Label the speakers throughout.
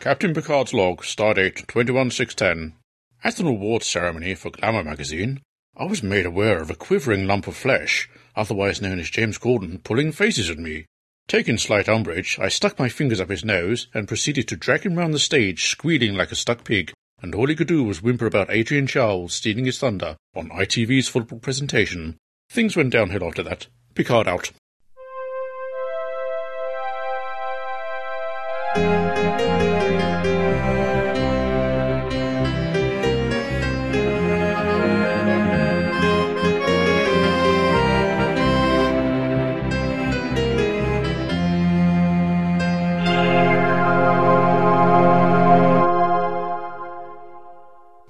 Speaker 1: Captain Picard's log, stardate 21610. At an awards ceremony for Glamour magazine, I was made aware of a quivering lump of flesh, otherwise known as James Gordon, pulling faces at me. Taking slight umbrage, I stuck my fingers up his nose and proceeded to drag him round the stage, squealing like a stuck pig, and all he could do was whimper about Adrian Charles stealing his thunder on ITV's football presentation. Things went downhill after that. Picard out.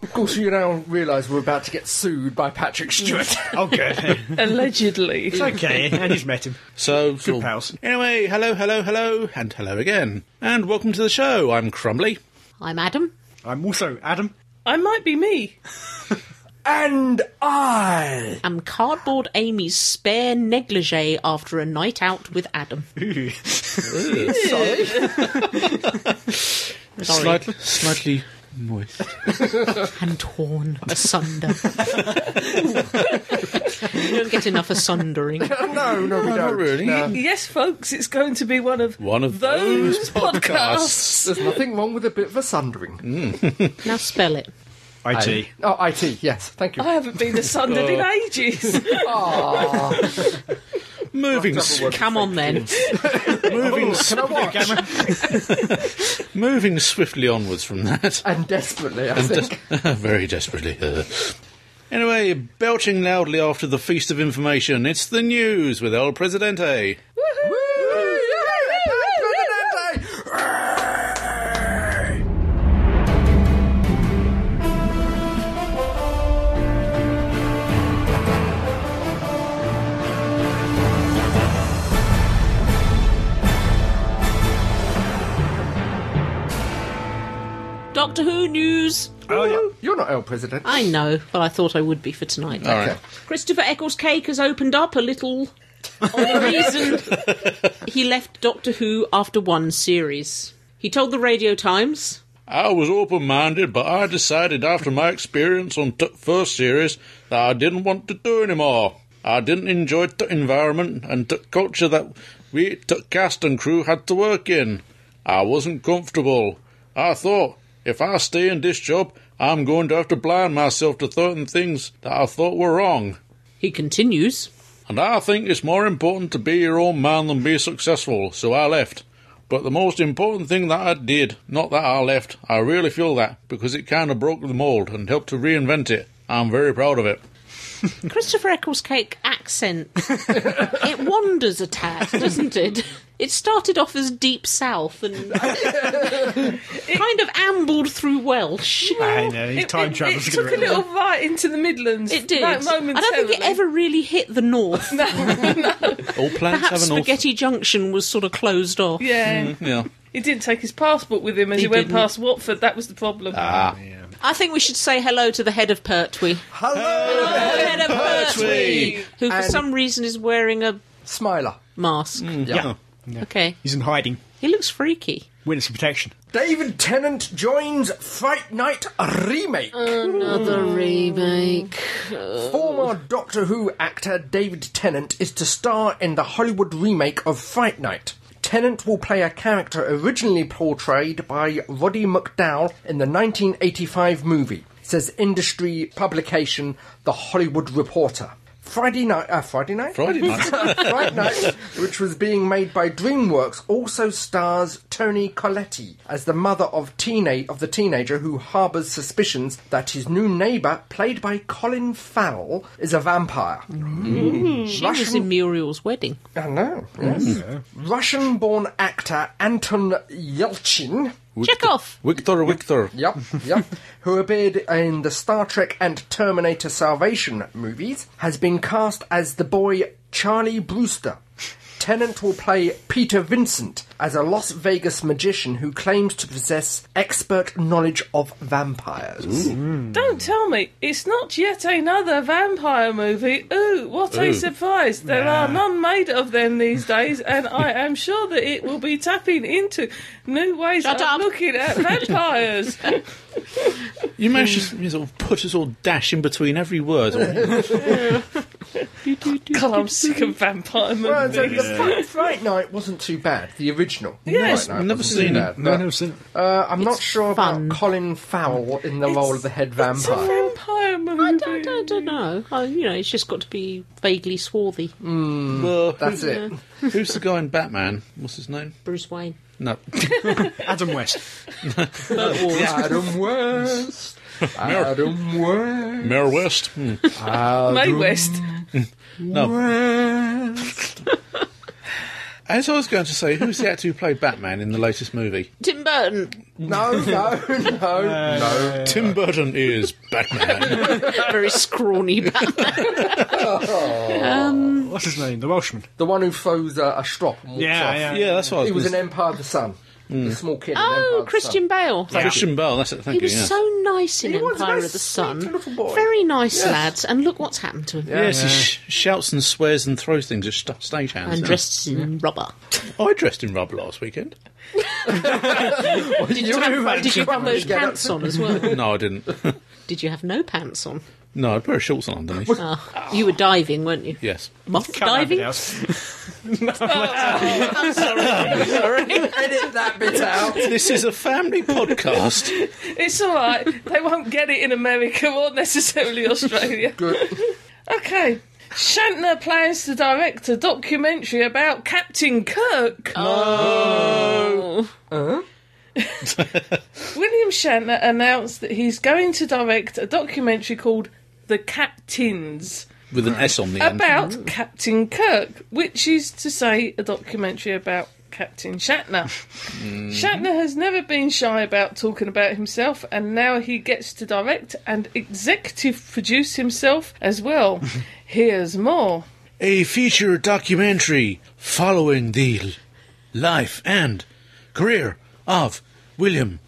Speaker 2: Of course, you now realise we're about to get sued by Patrick Stewart.
Speaker 3: Oh, good.
Speaker 4: Allegedly.
Speaker 3: it's okay. I just met him.
Speaker 1: So, so-
Speaker 3: pals.
Speaker 1: Anyway, hello, hello, hello, and hello again. And welcome to the show. I'm Crumbly.
Speaker 5: I'm Adam.
Speaker 3: I'm also Adam.
Speaker 4: I might be me.
Speaker 2: and I.
Speaker 5: I'm cardboard Amy's spare negligee after a night out with Adam.
Speaker 3: Ooh.
Speaker 5: Sorry.
Speaker 1: Slightly, slightly moist.
Speaker 5: And torn asunder. you don't get enough asundering.
Speaker 2: No, no, we
Speaker 1: Not
Speaker 2: don't.
Speaker 1: really.
Speaker 4: Yes, folks, it's going to be one of
Speaker 1: One of
Speaker 4: those,
Speaker 1: those
Speaker 4: podcasts.
Speaker 2: There's nothing wrong with a bit of a sundering.
Speaker 5: Now spell it.
Speaker 3: IT.
Speaker 2: Oh, IT, yes, thank you.
Speaker 4: I haven't been asundered
Speaker 3: Oh.
Speaker 4: in ages.
Speaker 1: Moving,
Speaker 2: Double
Speaker 1: s-
Speaker 2: word.
Speaker 5: Come on then.
Speaker 1: moving, s-
Speaker 2: Can I watch?
Speaker 1: moving swiftly onwards from that.
Speaker 2: And desperately, I think.
Speaker 1: Very desperately. uh. Anyway, belching loudly after the feast of information, it's the news with El Presidente.
Speaker 2: Woo! Yay! Presidente!
Speaker 5: Doctor Who news.
Speaker 3: Oh, yeah.
Speaker 2: You're not El President.
Speaker 5: I know, but I thought I would be for tonight.
Speaker 4: Ah.
Speaker 1: All right.
Speaker 5: Christopher Eccles' cake has opened up a little. On the reason he left Doctor Who after one series. He told the Radio Times
Speaker 1: I was open minded, but I decided after my experience on t- first series that I didn't want to do anymore. I didn't enjoy the environment and the culture that we, the cast and crew, had to work in. I wasn't comfortable. I thought, if I stay in this job, I'm going to have to blind myself to certain things that I thought were wrong.
Speaker 5: He continues.
Speaker 1: And I think it's more important to be your own man than be successful, so I left. But the most important thing that I did, not that I left, I really feel that, because it kind of broke the mould and helped to reinvent it. I'm very proud of it.
Speaker 5: Christopher Eccles' cake accent. it wanders a tad, doesn't it? It started off as deep south and kind of ambled through Welsh.
Speaker 3: I know. He's
Speaker 4: It,
Speaker 3: time
Speaker 4: it-
Speaker 3: travel's
Speaker 4: it took a
Speaker 3: gonna-
Speaker 4: little right into the Midlands.
Speaker 5: It did.
Speaker 4: Like,
Speaker 5: I don't think it
Speaker 4: momentarily.
Speaker 5: ever really hit the north.
Speaker 1: All plants
Speaker 5: Perhaps Spaghetti Junction was sort of closed off.
Speaker 4: Yeah,
Speaker 1: Yeah.
Speaker 4: he didn't take his passport with him as he,
Speaker 5: He
Speaker 4: went
Speaker 5: didn't.
Speaker 4: past Watford. That was the problem.
Speaker 3: Ah.
Speaker 5: I think we should say hello to the head of Pertwee.
Speaker 2: Hello,
Speaker 5: The head of
Speaker 1: Pertwee.
Speaker 5: Pertwee! Who, for
Speaker 2: And-
Speaker 5: some reason, is wearing a
Speaker 2: Smiler.
Speaker 5: mask.
Speaker 3: Mm, Yeah.
Speaker 5: Okay.
Speaker 3: He's in hiding.
Speaker 5: He looks freaky.
Speaker 3: Witness protection.
Speaker 2: David Tennant joins Fright Night remake.
Speaker 5: Uh, Another remake.
Speaker 2: Former Doctor Who actor David Tennant is to star in the Hollywood remake of Fright Night. Tennant will play a character originally portrayed by Roddy McDowall in the 1985 movie, says industry publication The Hollywood Reporter. Friday night, uh, Friday night,
Speaker 1: Friday night.
Speaker 2: Fright Night, which was being made by DreamWorks, also stars Tony Colletti as the mother of teenage of the teenager who harbours suspicions that his new neighbour, played by Colin Farrell, is a vampire.
Speaker 5: Mm. She was in Muriel's wedding.
Speaker 2: I know. Yes. Russian-born actor Anton Yelchin.
Speaker 5: Chekhov!
Speaker 1: Victor, Victor.
Speaker 2: Yep, yep. who appeared in the Star Trek and Terminator Salvation movies, has been cast as the boy Charlie Brewster. Tennant will play Peter Vincent as a Las Vegas magician who claims to possess expert knowledge of vampires.
Speaker 4: Don't tell me it's not yet another vampire movie. Ooh, what a
Speaker 1: Ooh.
Speaker 4: surprise! There are none made of them these days, and I am sure that it will be tapping into new ways
Speaker 5: Shut
Speaker 4: of
Speaker 5: up.
Speaker 4: looking at vampires.
Speaker 1: You managed to sort of put a sort of dash in between every word.
Speaker 4: God, I'm sick of vampire movies.
Speaker 2: Well, Uh, so the Fright, Fright Night wasn't too bad. The original.
Speaker 4: Yes,
Speaker 2: Fright Night
Speaker 1: I've never
Speaker 2: wasn't too
Speaker 1: seen it.
Speaker 2: bad,
Speaker 3: No,
Speaker 2: but,
Speaker 3: no, sin.
Speaker 2: uh, I'm not sure
Speaker 5: fun.
Speaker 2: about Colin Farrell in the role of the head
Speaker 4: It's a
Speaker 2: vampire.
Speaker 4: vampire movie.
Speaker 5: I don't, I don't know. I, you know, it's just got to be vaguely swarthy. Mm.
Speaker 1: Well,
Speaker 2: That's it.
Speaker 1: who- who's the guy in Batman? What's his name?
Speaker 5: Bruce Wayne.
Speaker 1: No,
Speaker 3: Adam West.
Speaker 2: Adam West. Adam West.
Speaker 1: Mayor West. Hmm.
Speaker 4: May West.
Speaker 1: No. As I was going to say, who's the actor who played Batman in the latest movie?
Speaker 5: Tim Burton.
Speaker 2: No, no, no, no.
Speaker 1: Tim Burton is Batman.
Speaker 5: Very scrawny Batman.
Speaker 3: What's his name? The Welshman.
Speaker 2: The one who throws uh, a strop and walks
Speaker 3: Yeah,
Speaker 2: off.
Speaker 3: yeah.
Speaker 1: yeah, that's what I was.
Speaker 2: He was
Speaker 1: gonna
Speaker 2: an Empire of the Sun. The small kid. in Empire
Speaker 5: Oh,
Speaker 2: of the
Speaker 5: Christian Bale.
Speaker 1: say. Christian Bale. That's it. Thank
Speaker 5: He
Speaker 1: you.
Speaker 5: was
Speaker 1: yeah.
Speaker 5: so nice in
Speaker 2: He was a
Speaker 5: Empire
Speaker 2: nice,
Speaker 5: of the
Speaker 2: sweet
Speaker 5: Sun.
Speaker 2: little boy.
Speaker 5: Very nice
Speaker 2: Yes.
Speaker 5: lads, and look what's happened to him.
Speaker 2: Yeah.
Speaker 1: Yes, he sh- shouts and swears and throws things at st- stagehands.
Speaker 5: And dressed in rubber.
Speaker 1: I dressed in rubber last weekend.
Speaker 2: Sun.
Speaker 5: Did you have, did you have those pants on as well?
Speaker 1: No, I didn't.
Speaker 5: Did you have no pants on?
Speaker 1: No, I'd wear a shorts on underneath.
Speaker 5: Ah,
Speaker 2: Oh.
Speaker 5: you were diving, weren't you?
Speaker 1: Yes.
Speaker 5: Moth
Speaker 3: Can't have it
Speaker 5: diving?
Speaker 3: else.
Speaker 5: I'm sorry. I'm sorry.
Speaker 2: Edit that bit out.
Speaker 1: This is a family podcast.
Speaker 4: It's all right. They won't get it in America or necessarily Australia.
Speaker 2: Good.
Speaker 4: Okay. Shantner plans to direct a documentary about Captain Kirk.
Speaker 5: Oh.
Speaker 4: William Shatner announced that he's going to direct a documentary called The Captains
Speaker 1: With an S on the end.
Speaker 4: about Captain Kirk, which is to say a documentary about Captain Shatner. Shatner has never been shy about talking about himself, and now he gets to direct and executive produce himself as well. Here's more.
Speaker 1: a feature documentary following the l- life and career of William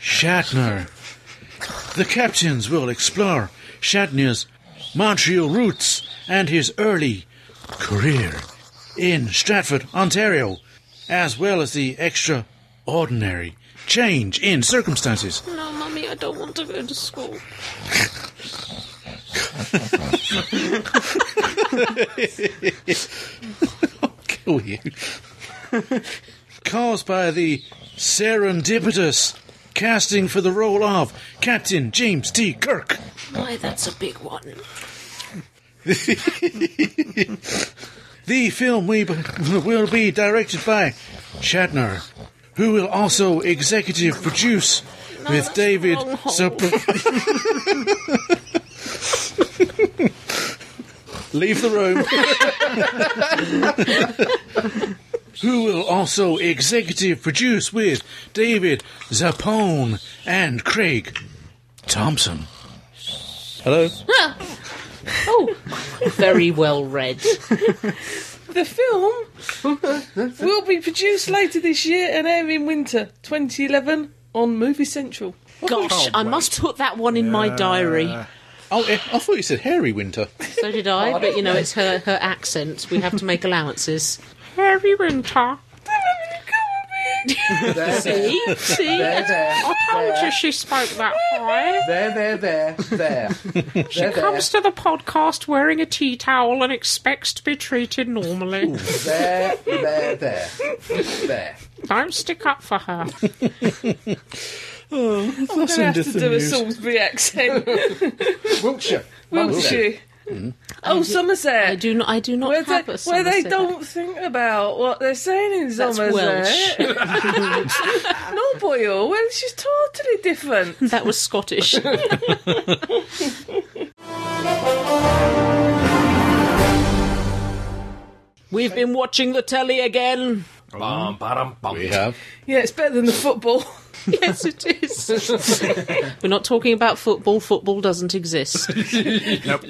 Speaker 1: Shatner. The captains will explore Shatner's Montreal roots and his early career in Stratford, Ontario, as well as the extraordinary change in circumstances.
Speaker 5: No, mummy, I don't want to go to school.
Speaker 2: Oh.
Speaker 1: kill you. Caused by the serendipitous casting for the role of Captain James T. Kirk.
Speaker 5: Why, that's a big one.
Speaker 1: The film we b- will be directed by Shatner, who will also executive produce
Speaker 5: No,
Speaker 1: with
Speaker 5: that's
Speaker 1: David.
Speaker 5: the wrong hole.
Speaker 1: Sap- Leave the room. who will also executive produce with David Zapone and Craig Thompson. Hello.
Speaker 5: Oh, very well read.
Speaker 4: The film will be produced later this year and air in winter 2011 on Movie Central.
Speaker 5: Gosh, I must put that one in my diary.
Speaker 1: Oh, eh, I thought you said Harry Winter.
Speaker 5: So did I, but you know, it's her, her accent. We have to make allowances. Harry Winter.
Speaker 2: There, there,
Speaker 5: See? See?
Speaker 2: there, there,
Speaker 5: I told you she spoke that high.
Speaker 2: there, there, there, there. There, there,
Speaker 5: Comes to the podcast wearing a tea towel and expects to be treated normally.
Speaker 2: there, there, there, there.
Speaker 5: Don't stick up for her.
Speaker 4: I'm
Speaker 1: That's
Speaker 4: going to have to
Speaker 1: indifferent
Speaker 4: do a
Speaker 1: news.
Speaker 4: Salisbury accent.
Speaker 2: Wiltshire.
Speaker 4: Wiltshire. Oh, Somerset.
Speaker 5: I do not. I do not
Speaker 4: where
Speaker 5: have
Speaker 4: they,
Speaker 5: a
Speaker 4: where they
Speaker 5: Somerset.
Speaker 4: don't think about what they're saying in
Speaker 5: That's Welsh.
Speaker 4: Somerset. no, oh, Boyle. Welsh is totally different.
Speaker 5: That was Scottish. We've been watching the telly again.
Speaker 2: Bum, ba-dum, bum.
Speaker 1: We have.
Speaker 4: Yeah, it's better than the football.
Speaker 5: Yes, it is. We're not talking about football. Football doesn't exist.
Speaker 3: Nope.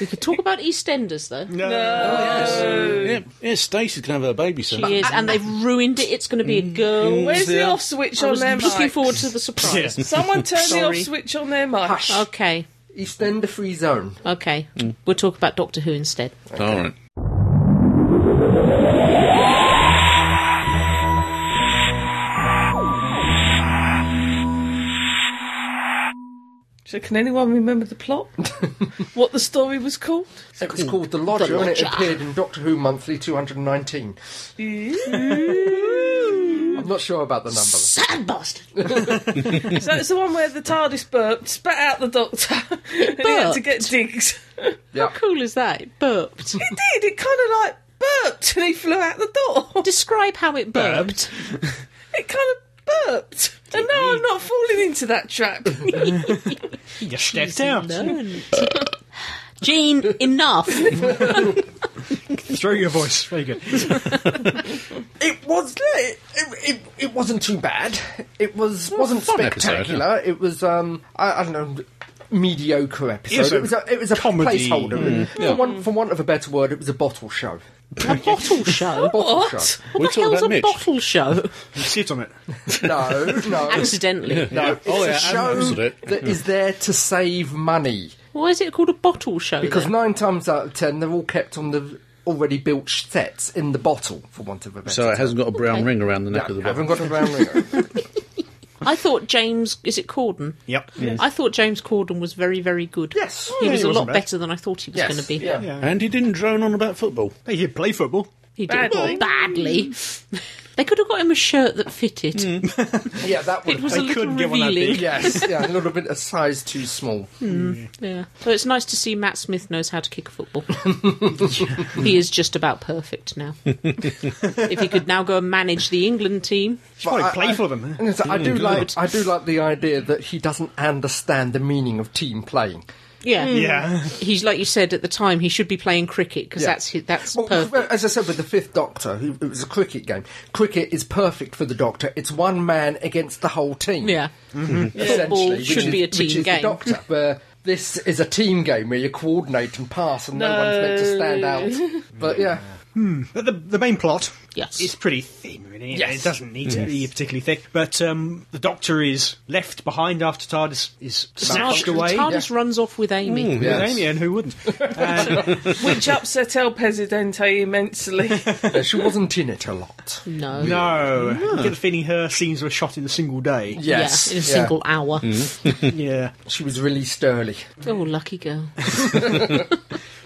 Speaker 5: We could talk about EastEnders, though.
Speaker 3: No.
Speaker 1: Yeah, yeah Stacey's going to have a baby soon.
Speaker 5: She is, and they've ruined it. It's going to be a girl.
Speaker 4: Where's the
Speaker 1: Yeah.
Speaker 4: off switch
Speaker 5: I
Speaker 4: on
Speaker 5: was
Speaker 4: there,
Speaker 5: looking
Speaker 4: Mike?
Speaker 5: forward to the surprise.
Speaker 4: Someone turn the off
Speaker 5: Sorry.
Speaker 4: switch on there, Mike.
Speaker 2: Hush.
Speaker 5: Okay,
Speaker 2: East End the free zone.
Speaker 5: okay. We'll talk about Doctor Who instead.
Speaker 1: All right.
Speaker 4: So, can anyone remember the plot? what the story was called?
Speaker 2: It was called The Lodger, and it
Speaker 5: Lodger.
Speaker 2: appeared in Doctor Who Monthly 219. I'm not sure about the number.
Speaker 5: Sad bastard.
Speaker 4: So it's the one where the TARDIS burped, spat out the Doctor, and he had to get digs.
Speaker 2: Yeah.
Speaker 5: Cool is that? It burped.
Speaker 4: It did. It kind of like burped, and he flew out the door.
Speaker 5: Describe how it burped.
Speaker 4: It kind of burped. And now I'm not falling into that trap.
Speaker 3: You stepped out.
Speaker 5: Learn. Jean, enough.
Speaker 3: Throw your voice. Very good.
Speaker 2: It was it, it, it, it wasn't too bad. It was wasn't
Speaker 1: fun episode,
Speaker 2: spectacular. it was um I, I don't know mediocre episode.
Speaker 3: It's a
Speaker 2: it was a it was a
Speaker 3: comedy.
Speaker 2: placeholder. for, one, for want of a better word, it was a bottle show.
Speaker 5: A bottle show.
Speaker 2: Bottle
Speaker 4: what?
Speaker 2: show.
Speaker 1: We're
Speaker 5: What the
Speaker 1: talking
Speaker 5: hell's
Speaker 1: about
Speaker 5: a
Speaker 1: Mitch.
Speaker 5: bottle show?
Speaker 3: Sit on it.
Speaker 2: No, no.
Speaker 5: Accidentally.
Speaker 2: No, it's
Speaker 1: Oh, yeah,
Speaker 2: a
Speaker 1: Adam
Speaker 2: show
Speaker 1: hosted it.
Speaker 2: that is there to save money
Speaker 5: Why is it called a bottle show?
Speaker 2: because
Speaker 5: then?
Speaker 2: nine times out of ten they're all kept on the already built sets in the bottle for want of a better.
Speaker 1: So it hasn't got a brown ring around the
Speaker 2: no,
Speaker 1: neck of the
Speaker 2: haven't
Speaker 1: bottle.
Speaker 2: got a round ring.
Speaker 5: I thought James. Is it Corden?
Speaker 3: Yep.
Speaker 5: I thought James Corden was very, very good.
Speaker 2: Yes.
Speaker 5: He
Speaker 3: yeah,
Speaker 5: was
Speaker 3: he
Speaker 5: a lot
Speaker 3: wasn't bad.
Speaker 5: better than I thought he was
Speaker 2: Yes,
Speaker 5: going to be.
Speaker 2: yeah.
Speaker 1: And he didn't drone on about football.
Speaker 3: Hey, you play football.
Speaker 5: He did badly.
Speaker 4: Badly.
Speaker 5: badly. they could have got him a shirt that fitted.
Speaker 2: yeah, that would
Speaker 5: It was
Speaker 2: have
Speaker 5: a
Speaker 2: been-
Speaker 5: little
Speaker 3: couldn't get one that
Speaker 5: revealing.
Speaker 3: big.
Speaker 2: Yes, yeah, a little bit a size too small.
Speaker 5: Yeah. So it's nice to see Matt Smith knows how to kick a football. he is just about perfect now. if he could now go and manage the England team.
Speaker 3: You probably
Speaker 2: I-
Speaker 3: play
Speaker 2: I-
Speaker 3: for them. huh?
Speaker 2: And so I do like I do like the idea that he doesn't understand the meaning of team playing.
Speaker 5: Yeah.
Speaker 3: Mm. Yeah.
Speaker 5: He's like you said at the time, he should be playing cricket because
Speaker 2: Yeah.
Speaker 5: that's that's hi- that's
Speaker 2: Well,
Speaker 5: perfect.
Speaker 2: as I said with the fifth Doctor, he- it was a cricket game. Cricket is perfect for the Doctor. It's one man against the whole team.
Speaker 5: Yeah. Football
Speaker 2: essentially, which
Speaker 5: should
Speaker 2: is-
Speaker 5: be a
Speaker 2: which
Speaker 5: team
Speaker 2: is The
Speaker 5: game.
Speaker 2: doctor, where this is a team game where you coordinate and pass, and no, one's meant to stand out. But yeah,
Speaker 3: But the, the main plot
Speaker 5: Yes.
Speaker 3: is pretty thin, really.
Speaker 2: Yes.
Speaker 3: It doesn't need to be particularly thick. But um, the Doctor is left behind after TARDIS is snatched
Speaker 5: Tard-
Speaker 3: away.
Speaker 5: TARDIS runs off with Amy.
Speaker 3: With
Speaker 2: Yes.
Speaker 3: Amy, and who wouldn't?
Speaker 4: Which upset El Presidente immensely.
Speaker 2: yeah, she wasn't in it a lot.
Speaker 5: No.
Speaker 3: No, I get the feeling her scenes were shot in a single day.
Speaker 2: Yes,
Speaker 5: Yeah, in a
Speaker 2: yeah.
Speaker 5: single hour.
Speaker 3: yeah.
Speaker 2: She was released early.
Speaker 5: Oh, lucky girl.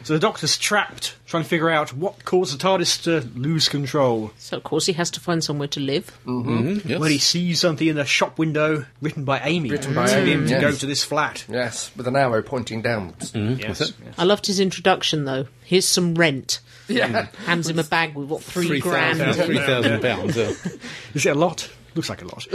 Speaker 3: So the Doctor's trapped, trying to figure out what caused the TARDIS to lose control.
Speaker 5: So, of course, he has to find somewhere to live.
Speaker 1: Yes.
Speaker 3: When he sees something in a shop window written by Amy,
Speaker 2: Written by
Speaker 3: telling
Speaker 2: Amy,
Speaker 3: him to
Speaker 2: yes.
Speaker 3: go to this flat.
Speaker 2: Yes, with an arrow pointing downwards.
Speaker 3: Yes.
Speaker 5: I loved his introduction, though. Here's some rent.
Speaker 2: Yeah.
Speaker 3: Mm-hmm.
Speaker 5: Hands him a bag with, what, three,
Speaker 1: Three
Speaker 5: grand?
Speaker 1: thousand three thousand pounds. yeah.
Speaker 3: Is it a lot? Looks like a lot.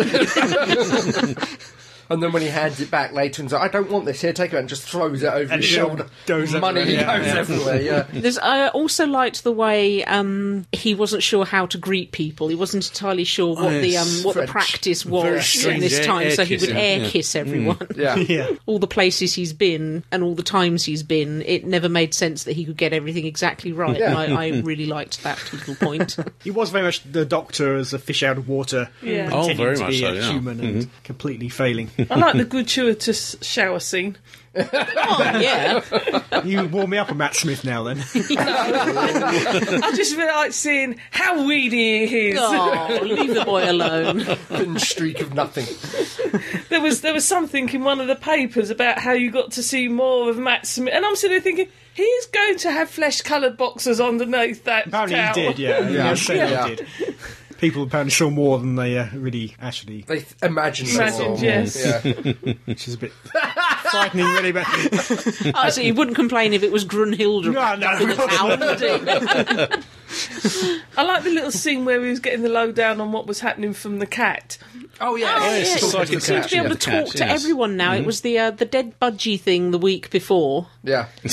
Speaker 2: And then when he hands it back later and says, I don't want this, here, take it, and just throws it over
Speaker 3: And
Speaker 2: his
Speaker 3: it
Speaker 2: shoulder.
Speaker 3: goes
Speaker 2: Money
Speaker 3: everywhere, yeah,
Speaker 2: goes
Speaker 3: yeah.
Speaker 2: everywhere, yeah.
Speaker 5: There's, I also liked the way um, he wasn't sure how to greet people. He wasn't entirely sure what
Speaker 1: Oh,
Speaker 5: the um,
Speaker 1: yes.
Speaker 5: what
Speaker 2: French.
Speaker 5: the practice
Speaker 1: Very
Speaker 5: was in
Speaker 1: strange
Speaker 5: this
Speaker 1: air-
Speaker 5: time,
Speaker 1: air
Speaker 5: so he would
Speaker 1: kissing,
Speaker 5: air
Speaker 1: yeah. Mm.
Speaker 5: kiss everyone.
Speaker 2: Yeah.
Speaker 3: yeah.
Speaker 5: All the places he's been and all the times he's been, it never made sense that he could get everything exactly right.
Speaker 2: Yeah.
Speaker 5: And I, I really liked that little point.
Speaker 3: He was very much the Doctor as a fish out of water,
Speaker 4: Yeah.
Speaker 1: Oh,
Speaker 3: pretending
Speaker 1: very
Speaker 3: to
Speaker 1: much
Speaker 3: be
Speaker 1: so,
Speaker 3: a
Speaker 1: yeah.
Speaker 3: human and completely failing.
Speaker 4: I like the gratuitous shower scene.
Speaker 5: oh, yeah.
Speaker 3: you warm me up on Matt Smith now, then.
Speaker 4: I just really like seeing how weedy he is.
Speaker 5: Oh, leave the boy alone.
Speaker 2: Thin streak of nothing.
Speaker 4: There was there was something in one of the papers about how you got to see more of Matt Smith, and I'm sitting there thinking he's going to have flesh-coloured boxes underneath that
Speaker 3: apparently
Speaker 4: towel.
Speaker 3: he did. Yeah, yeah,
Speaker 2: Yeah.
Speaker 3: certainly
Speaker 2: Yeah.
Speaker 3: he did. People apparently saw more than they uh, really actually,
Speaker 2: They th- imagined they
Speaker 3: Oh.
Speaker 4: Imagined,
Speaker 2: saw.
Speaker 4: yes.
Speaker 2: Yeah.
Speaker 3: which is a bit frightening, really. But
Speaker 5: Oh, so he wouldn't complain if it was Grunhilde
Speaker 3: No, no.
Speaker 5: up in the tower, would he?
Speaker 4: I like the little scene where he was getting the lowdown on what was happening from the cat.
Speaker 2: Oh, yes.
Speaker 5: Oh, yes.
Speaker 1: It's like
Speaker 5: He
Speaker 1: a
Speaker 5: seemed to be
Speaker 1: cat,
Speaker 5: able
Speaker 1: yeah,
Speaker 5: to
Speaker 1: the cat,
Speaker 5: talk to
Speaker 1: yes. Mm-hmm.
Speaker 5: everyone now. It was the uh, the dead budgie thing the week before.
Speaker 2: Yeah.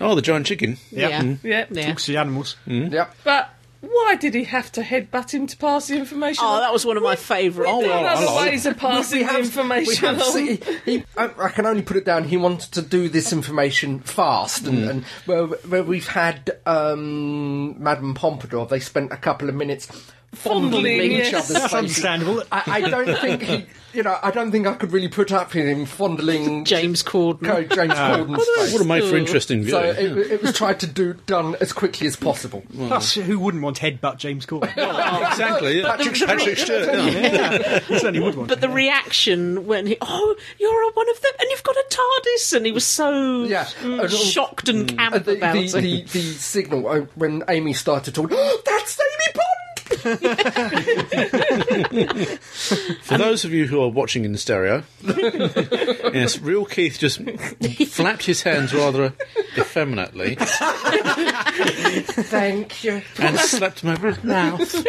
Speaker 1: Oh, the giant chicken.
Speaker 3: yeah,
Speaker 5: Yeah.
Speaker 4: Yeah,
Speaker 5: Yeah.
Speaker 2: Mm.
Speaker 3: talks to the animals.
Speaker 2: Yep.
Speaker 4: but. Why did he have to headbutt him to pass the information?
Speaker 5: Oh,
Speaker 4: on?
Speaker 5: that was one of my favourite.
Speaker 4: There
Speaker 1: Oh, well,
Speaker 4: are other
Speaker 1: hello.
Speaker 4: ways of passing
Speaker 2: We have- we
Speaker 4: information
Speaker 2: have
Speaker 4: on.
Speaker 2: see- he- I, I can only put it down. He wants to do this information fast,
Speaker 3: Mm.
Speaker 2: and, and where, where we've had um, Madame Pompadour, they spent a couple of minutes fondling,
Speaker 4: Fondling,
Speaker 2: each
Speaker 4: yes.
Speaker 2: other's
Speaker 3: That's
Speaker 2: faces.
Speaker 3: understandable.
Speaker 2: I, I don't think he, you know. I don't think I could really put up with him fondling
Speaker 5: James Corden.
Speaker 2: Co- James
Speaker 3: Ah.
Speaker 2: Corden's face.
Speaker 1: Would have made for
Speaker 5: Ooh.
Speaker 1: interesting
Speaker 2: So
Speaker 1: viewing.
Speaker 2: it, it was tried to do done as quickly as possible.
Speaker 3: Plus, who wouldn't want to headbutt James Corden?
Speaker 1: exactly. Yeah. Patrick,
Speaker 5: the-
Speaker 1: Patrick Stewart. yeah.
Speaker 3: I certainly would want.
Speaker 5: But the reaction when he, oh, you're one of them, and you've got a TARDIS, and he was so
Speaker 2: Yeah.
Speaker 5: mm,
Speaker 2: And all-
Speaker 5: shocked and camp
Speaker 2: Uh, the,
Speaker 5: about
Speaker 2: the,
Speaker 5: it.
Speaker 2: the, the signal uh, when Amy started talking, that's Amy Pond!
Speaker 1: For those of you who are watching in stereo, yes, real Keith just flapped his hands rather effeminately
Speaker 2: Thank you.
Speaker 1: and slapped my mouth.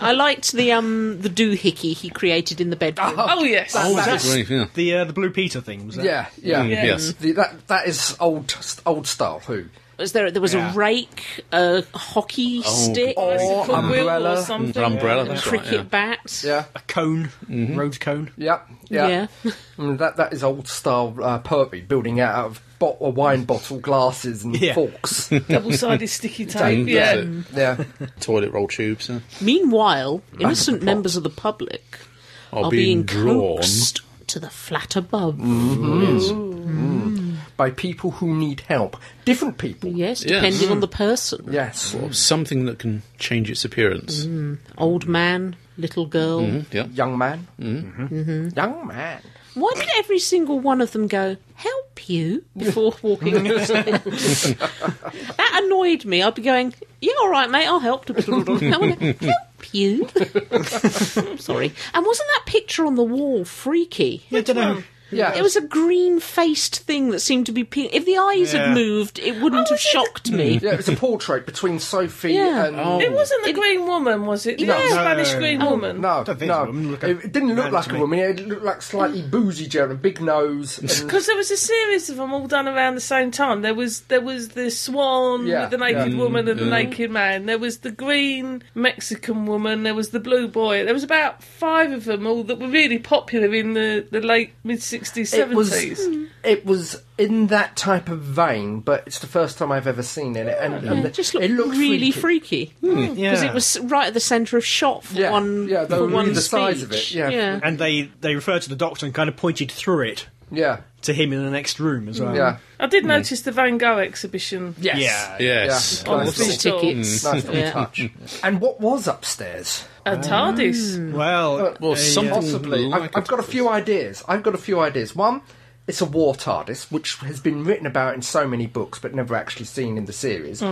Speaker 5: I liked the um the doohickey he created in the
Speaker 2: Uh-huh.
Speaker 5: bedroom.
Speaker 4: Oh yes,
Speaker 1: Oh,
Speaker 2: That's-
Speaker 1: that's great, yeah.
Speaker 3: The uh, the Blue Peter thing was that?
Speaker 2: Yeah, yeah.
Speaker 1: Mm, Yes.
Speaker 2: The, that, that is old old style Who.
Speaker 5: Was there there was
Speaker 3: Yeah.
Speaker 5: a rake, a hockey
Speaker 1: Oh,
Speaker 5: stick,
Speaker 2: Or
Speaker 5: a
Speaker 4: For Will
Speaker 2: umbrella.
Speaker 4: or something.
Speaker 1: Umbrella, that's right.
Speaker 5: cricket
Speaker 1: Yeah.
Speaker 5: bat.
Speaker 2: Yeah,
Speaker 3: a cone,
Speaker 2: Mm-hmm.
Speaker 3: road cone.
Speaker 2: yeah, yeah.
Speaker 5: Yeah.
Speaker 2: Mm, that, that is old style uh, poetry, building out of bot- or wine bottle glasses and
Speaker 3: Yeah.
Speaker 2: forks.
Speaker 4: double-sided sticky tape.
Speaker 1: That's
Speaker 4: yeah.
Speaker 1: it.
Speaker 2: yeah.
Speaker 1: uh, Toilet roll tubes. Yeah.
Speaker 5: Meanwhile, innocent members of the public
Speaker 1: Are,
Speaker 5: are
Speaker 1: being,
Speaker 5: being,
Speaker 1: drawn. Mm.
Speaker 5: coaxed to the flat above.
Speaker 2: By people who need help. Different people.
Speaker 5: Yes,
Speaker 1: Yes.
Speaker 5: depending on
Speaker 2: Mm.
Speaker 5: the person.
Speaker 2: Yes.
Speaker 1: Something that can change its appearance.
Speaker 5: Old man, little girl.
Speaker 1: Yeah.
Speaker 2: Young man. Mm-hmm. Young man.
Speaker 5: Why did every single one of them go, help you, before walking on the stage? that annoyed me. I'd be going, yeah, all right, mate, I'll help. And I went, help you? Sorry. And wasn't that picture on the wall freaky?
Speaker 3: Yeah, I don't know.
Speaker 2: Yeah.
Speaker 5: It was a green faced thing that seemed to be. Pe- if the eyes
Speaker 3: Yeah.
Speaker 5: had moved, it wouldn't have shocked me.
Speaker 2: yeah, Oh, it Mm. was a portrait between Sophie
Speaker 5: Yeah.
Speaker 2: and.
Speaker 1: Oh.
Speaker 4: It wasn't the Green Woman, was it? The
Speaker 2: No.
Speaker 4: old
Speaker 2: No,
Speaker 4: Spanish
Speaker 3: no, no,
Speaker 4: Green Woman.
Speaker 2: No,
Speaker 3: Don't think
Speaker 2: no.
Speaker 3: so. It looked like
Speaker 2: It, didn't
Speaker 3: man
Speaker 2: look like
Speaker 3: to
Speaker 2: a
Speaker 3: me.
Speaker 2: woman. It looked like slightly boozy German, big nose. And,
Speaker 4: Because there was a series of them all done around the same time. There was there was the swan
Speaker 2: Yeah,
Speaker 4: with the naked
Speaker 2: yeah.
Speaker 4: woman and the naked man. There was the green Mexican woman. There was the blue boy. There was about five of them all that were really popular in the, the late mid sixties
Speaker 2: it was.
Speaker 4: seventies.
Speaker 2: It was in that type of vein, but it's the first time I've ever seen it. And, and
Speaker 5: Yeah, it just looked,
Speaker 2: it looked
Speaker 5: really
Speaker 2: freaky. Hmm.
Speaker 5: freaky because
Speaker 3: Yeah.
Speaker 5: it was right at the centre of shot for
Speaker 2: Yeah,
Speaker 5: one
Speaker 2: yeah, they
Speaker 5: for
Speaker 2: were
Speaker 5: one
Speaker 2: the size of
Speaker 5: speech.
Speaker 2: it, yeah.
Speaker 3: And they they referred to the doctor and kind of pointed through it
Speaker 2: Yeah,
Speaker 3: to him in the next room as well.
Speaker 2: yeah,
Speaker 4: I
Speaker 1: Hmm.
Speaker 4: did notice the Van Gogh exhibition.
Speaker 2: yes,
Speaker 3: Yeah.
Speaker 1: Yes.
Speaker 2: Yeah. Nice,
Speaker 5: Office
Speaker 2: little,
Speaker 4: little-
Speaker 5: tickets.
Speaker 2: nice little
Speaker 5: Yeah.
Speaker 2: touch. And what was upstairs?
Speaker 4: A TARDIS.
Speaker 3: Well,
Speaker 1: Well,
Speaker 3: a, uh,
Speaker 1: something-
Speaker 2: Possibly,
Speaker 1: like
Speaker 2: I've,
Speaker 1: a
Speaker 2: I've got a few ideas. I've got a few ideas. One, it's a war TARDIS, which has been written about in so many books but never actually seen in the series.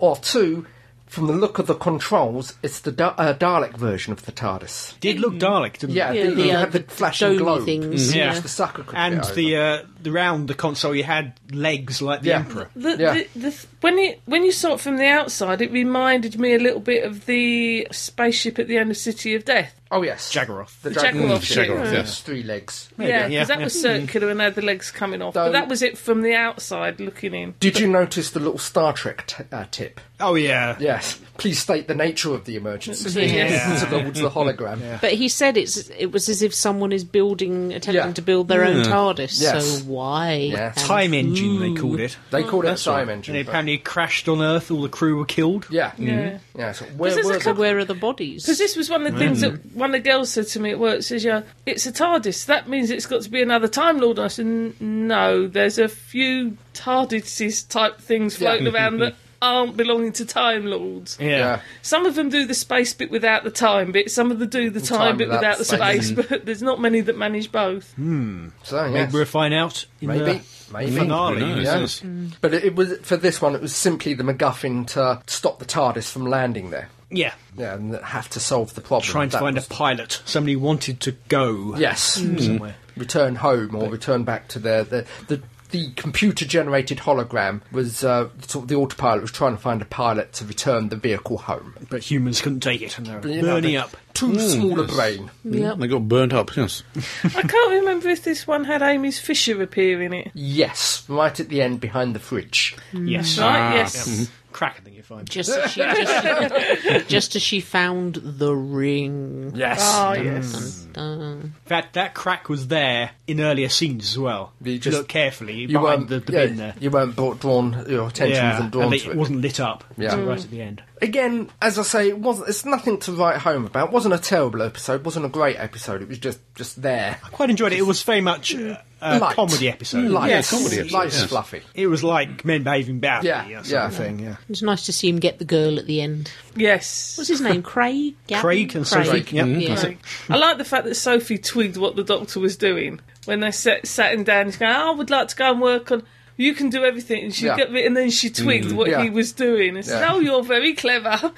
Speaker 2: Or two, from the look of the controls, it's the da- uh, Dalek version of the TARDIS.
Speaker 3: did look Dalek, didn't
Speaker 2: Yeah,
Speaker 3: it?
Speaker 5: Yeah,
Speaker 2: the,
Speaker 5: the,
Speaker 2: you
Speaker 5: uh,
Speaker 2: have the,
Speaker 5: the
Speaker 2: flashing
Speaker 5: domey
Speaker 2: globe,
Speaker 5: things,
Speaker 2: which
Speaker 3: yeah.
Speaker 2: the sucker could
Speaker 3: And
Speaker 2: get
Speaker 3: the
Speaker 2: over.
Speaker 3: uh, the round the console, you had legs like the
Speaker 2: Yeah.
Speaker 3: Emperor.
Speaker 4: The,
Speaker 2: Yeah.
Speaker 4: the, the, when it when you saw it from the outside, it reminded me a little bit of the spaceship at the end of City of Death.
Speaker 2: oh yes,
Speaker 3: Jaggeroth.
Speaker 2: the
Speaker 4: Jaggeroth
Speaker 2: Jaggeroth,
Speaker 4: shape.
Speaker 1: Jaggeroth, yes.
Speaker 2: three legs.
Speaker 4: Yeah, because
Speaker 3: yeah,
Speaker 4: that
Speaker 3: yeah.
Speaker 4: was circular and had the legs coming off. but
Speaker 2: Though-
Speaker 4: that was it from the outside looking in.
Speaker 2: Did you notice the little Star Trek t- uh, tip?
Speaker 3: Oh yeah.
Speaker 2: Yes. Please state the nature of the emergency
Speaker 4: Yes.
Speaker 2: towards the hologram.
Speaker 5: But he said it's it was as if someone is building, attempting
Speaker 2: Yeah.
Speaker 5: to build their own TARDIS.
Speaker 2: Yes.
Speaker 5: So why?
Speaker 2: Yeah.
Speaker 5: And
Speaker 3: Time engine they called it.
Speaker 2: They called it a time
Speaker 3: And
Speaker 2: engine.
Speaker 3: it
Speaker 2: but-
Speaker 3: apparently crashed on Earth. All the crew were killed.
Speaker 2: Yeah.
Speaker 4: Yeah.
Speaker 2: Yeah. So where
Speaker 4: there's a
Speaker 2: were
Speaker 5: So
Speaker 2: they?
Speaker 5: where are the bodies?
Speaker 4: Because this was one of the things that one of the girls said to me at work. Says, "Yeah, it's a TARDIS. That means it's got to be another Time Lord." And I said, "N- "No, there's a few TARDISes type things floating around that aren't belonging to Time Lords.
Speaker 2: Yeah.
Speaker 4: Some of them do the space bit without the time bit. Some of them do the time,
Speaker 2: time
Speaker 4: bit
Speaker 2: without
Speaker 4: without, the
Speaker 2: space.
Speaker 4: space. But there's not many that manage both.
Speaker 2: So
Speaker 3: Maybe
Speaker 2: yes.
Speaker 3: we'll find out in
Speaker 2: Maybe.
Speaker 3: the
Speaker 2: Maybe.
Speaker 3: finale.
Speaker 1: Who knows,
Speaker 2: Yeah.
Speaker 1: yes.
Speaker 4: Mm.
Speaker 2: But it, it was for this one. It was simply the MacGuffin to stop the TARDIS from landing there.
Speaker 3: Yeah.
Speaker 2: Yeah, and have to solve the problem.
Speaker 3: Trying to
Speaker 2: That
Speaker 3: find a Mm.
Speaker 2: was-
Speaker 3: pilot. Somebody wanted to go
Speaker 2: yes, Mm.
Speaker 3: somewhere.
Speaker 2: return home or return back to their the the. The computer-generated hologram was uh, sort of the autopilot was trying to find a pilot to return the vehicle home.
Speaker 3: But humans couldn't take it. And they were
Speaker 2: You know,
Speaker 3: burning
Speaker 2: the-
Speaker 3: up. Mm.
Speaker 2: Too small a brain.
Speaker 5: Yep.
Speaker 1: They got burnt up, yes.
Speaker 4: I can't remember if this one had Amy's Fisher appear in it.
Speaker 2: Yes, right at the end behind the fridge.
Speaker 3: Yes.
Speaker 4: Right? yes.
Speaker 3: crack, I think you find.
Speaker 5: Just as she, just, just as she found the ring.
Speaker 2: Yes.
Speaker 4: Ah, yes.
Speaker 5: Dun.
Speaker 3: That that crack was there in earlier scenes as well.
Speaker 2: You
Speaker 3: If You
Speaker 2: just-
Speaker 3: look carefully
Speaker 2: you
Speaker 3: behind
Speaker 2: weren't,
Speaker 3: the, the
Speaker 2: yeah,
Speaker 3: bin there.
Speaker 2: you weren't brought, drawn, your attention
Speaker 3: Yeah,
Speaker 2: wasn't
Speaker 3: and
Speaker 2: drawn
Speaker 3: they-
Speaker 2: to
Speaker 3: it
Speaker 2: it.
Speaker 3: wasn't lit up
Speaker 2: Yeah.
Speaker 3: until right at the end.
Speaker 2: Again, as I say, it wasn't, it's nothing to write home about. wasn't a terrible episode, wasn't a great episode, it was just, just there.
Speaker 3: Quite enjoyed it. It was very much uh, a
Speaker 2: Light.
Speaker 3: comedy episode.
Speaker 2: Light,
Speaker 1: Yeah, comedy episode,
Speaker 2: light and
Speaker 1: yes.
Speaker 2: fluffy.
Speaker 3: It was like men behaving badly.
Speaker 2: Yeah,
Speaker 3: that sort
Speaker 2: yeah.
Speaker 3: of thing. Yeah.
Speaker 5: It was nice to see him get the girl at the end.
Speaker 4: Yes.
Speaker 5: What's his name? Craig. Gavin?
Speaker 3: Craig and Sophie. Yep.
Speaker 5: Yeah.
Speaker 4: Right. I like the fact that Sophie twigged what the doctor was doing when they sat, sat him down. He's going, "Oh, I would like to go and work on. You can do everything. And she
Speaker 2: Yeah. Mm.
Speaker 4: got rid- and then she twigged what
Speaker 2: Yeah.
Speaker 4: he was doing and said,
Speaker 2: Yeah.
Speaker 4: "Oh, you're very clever."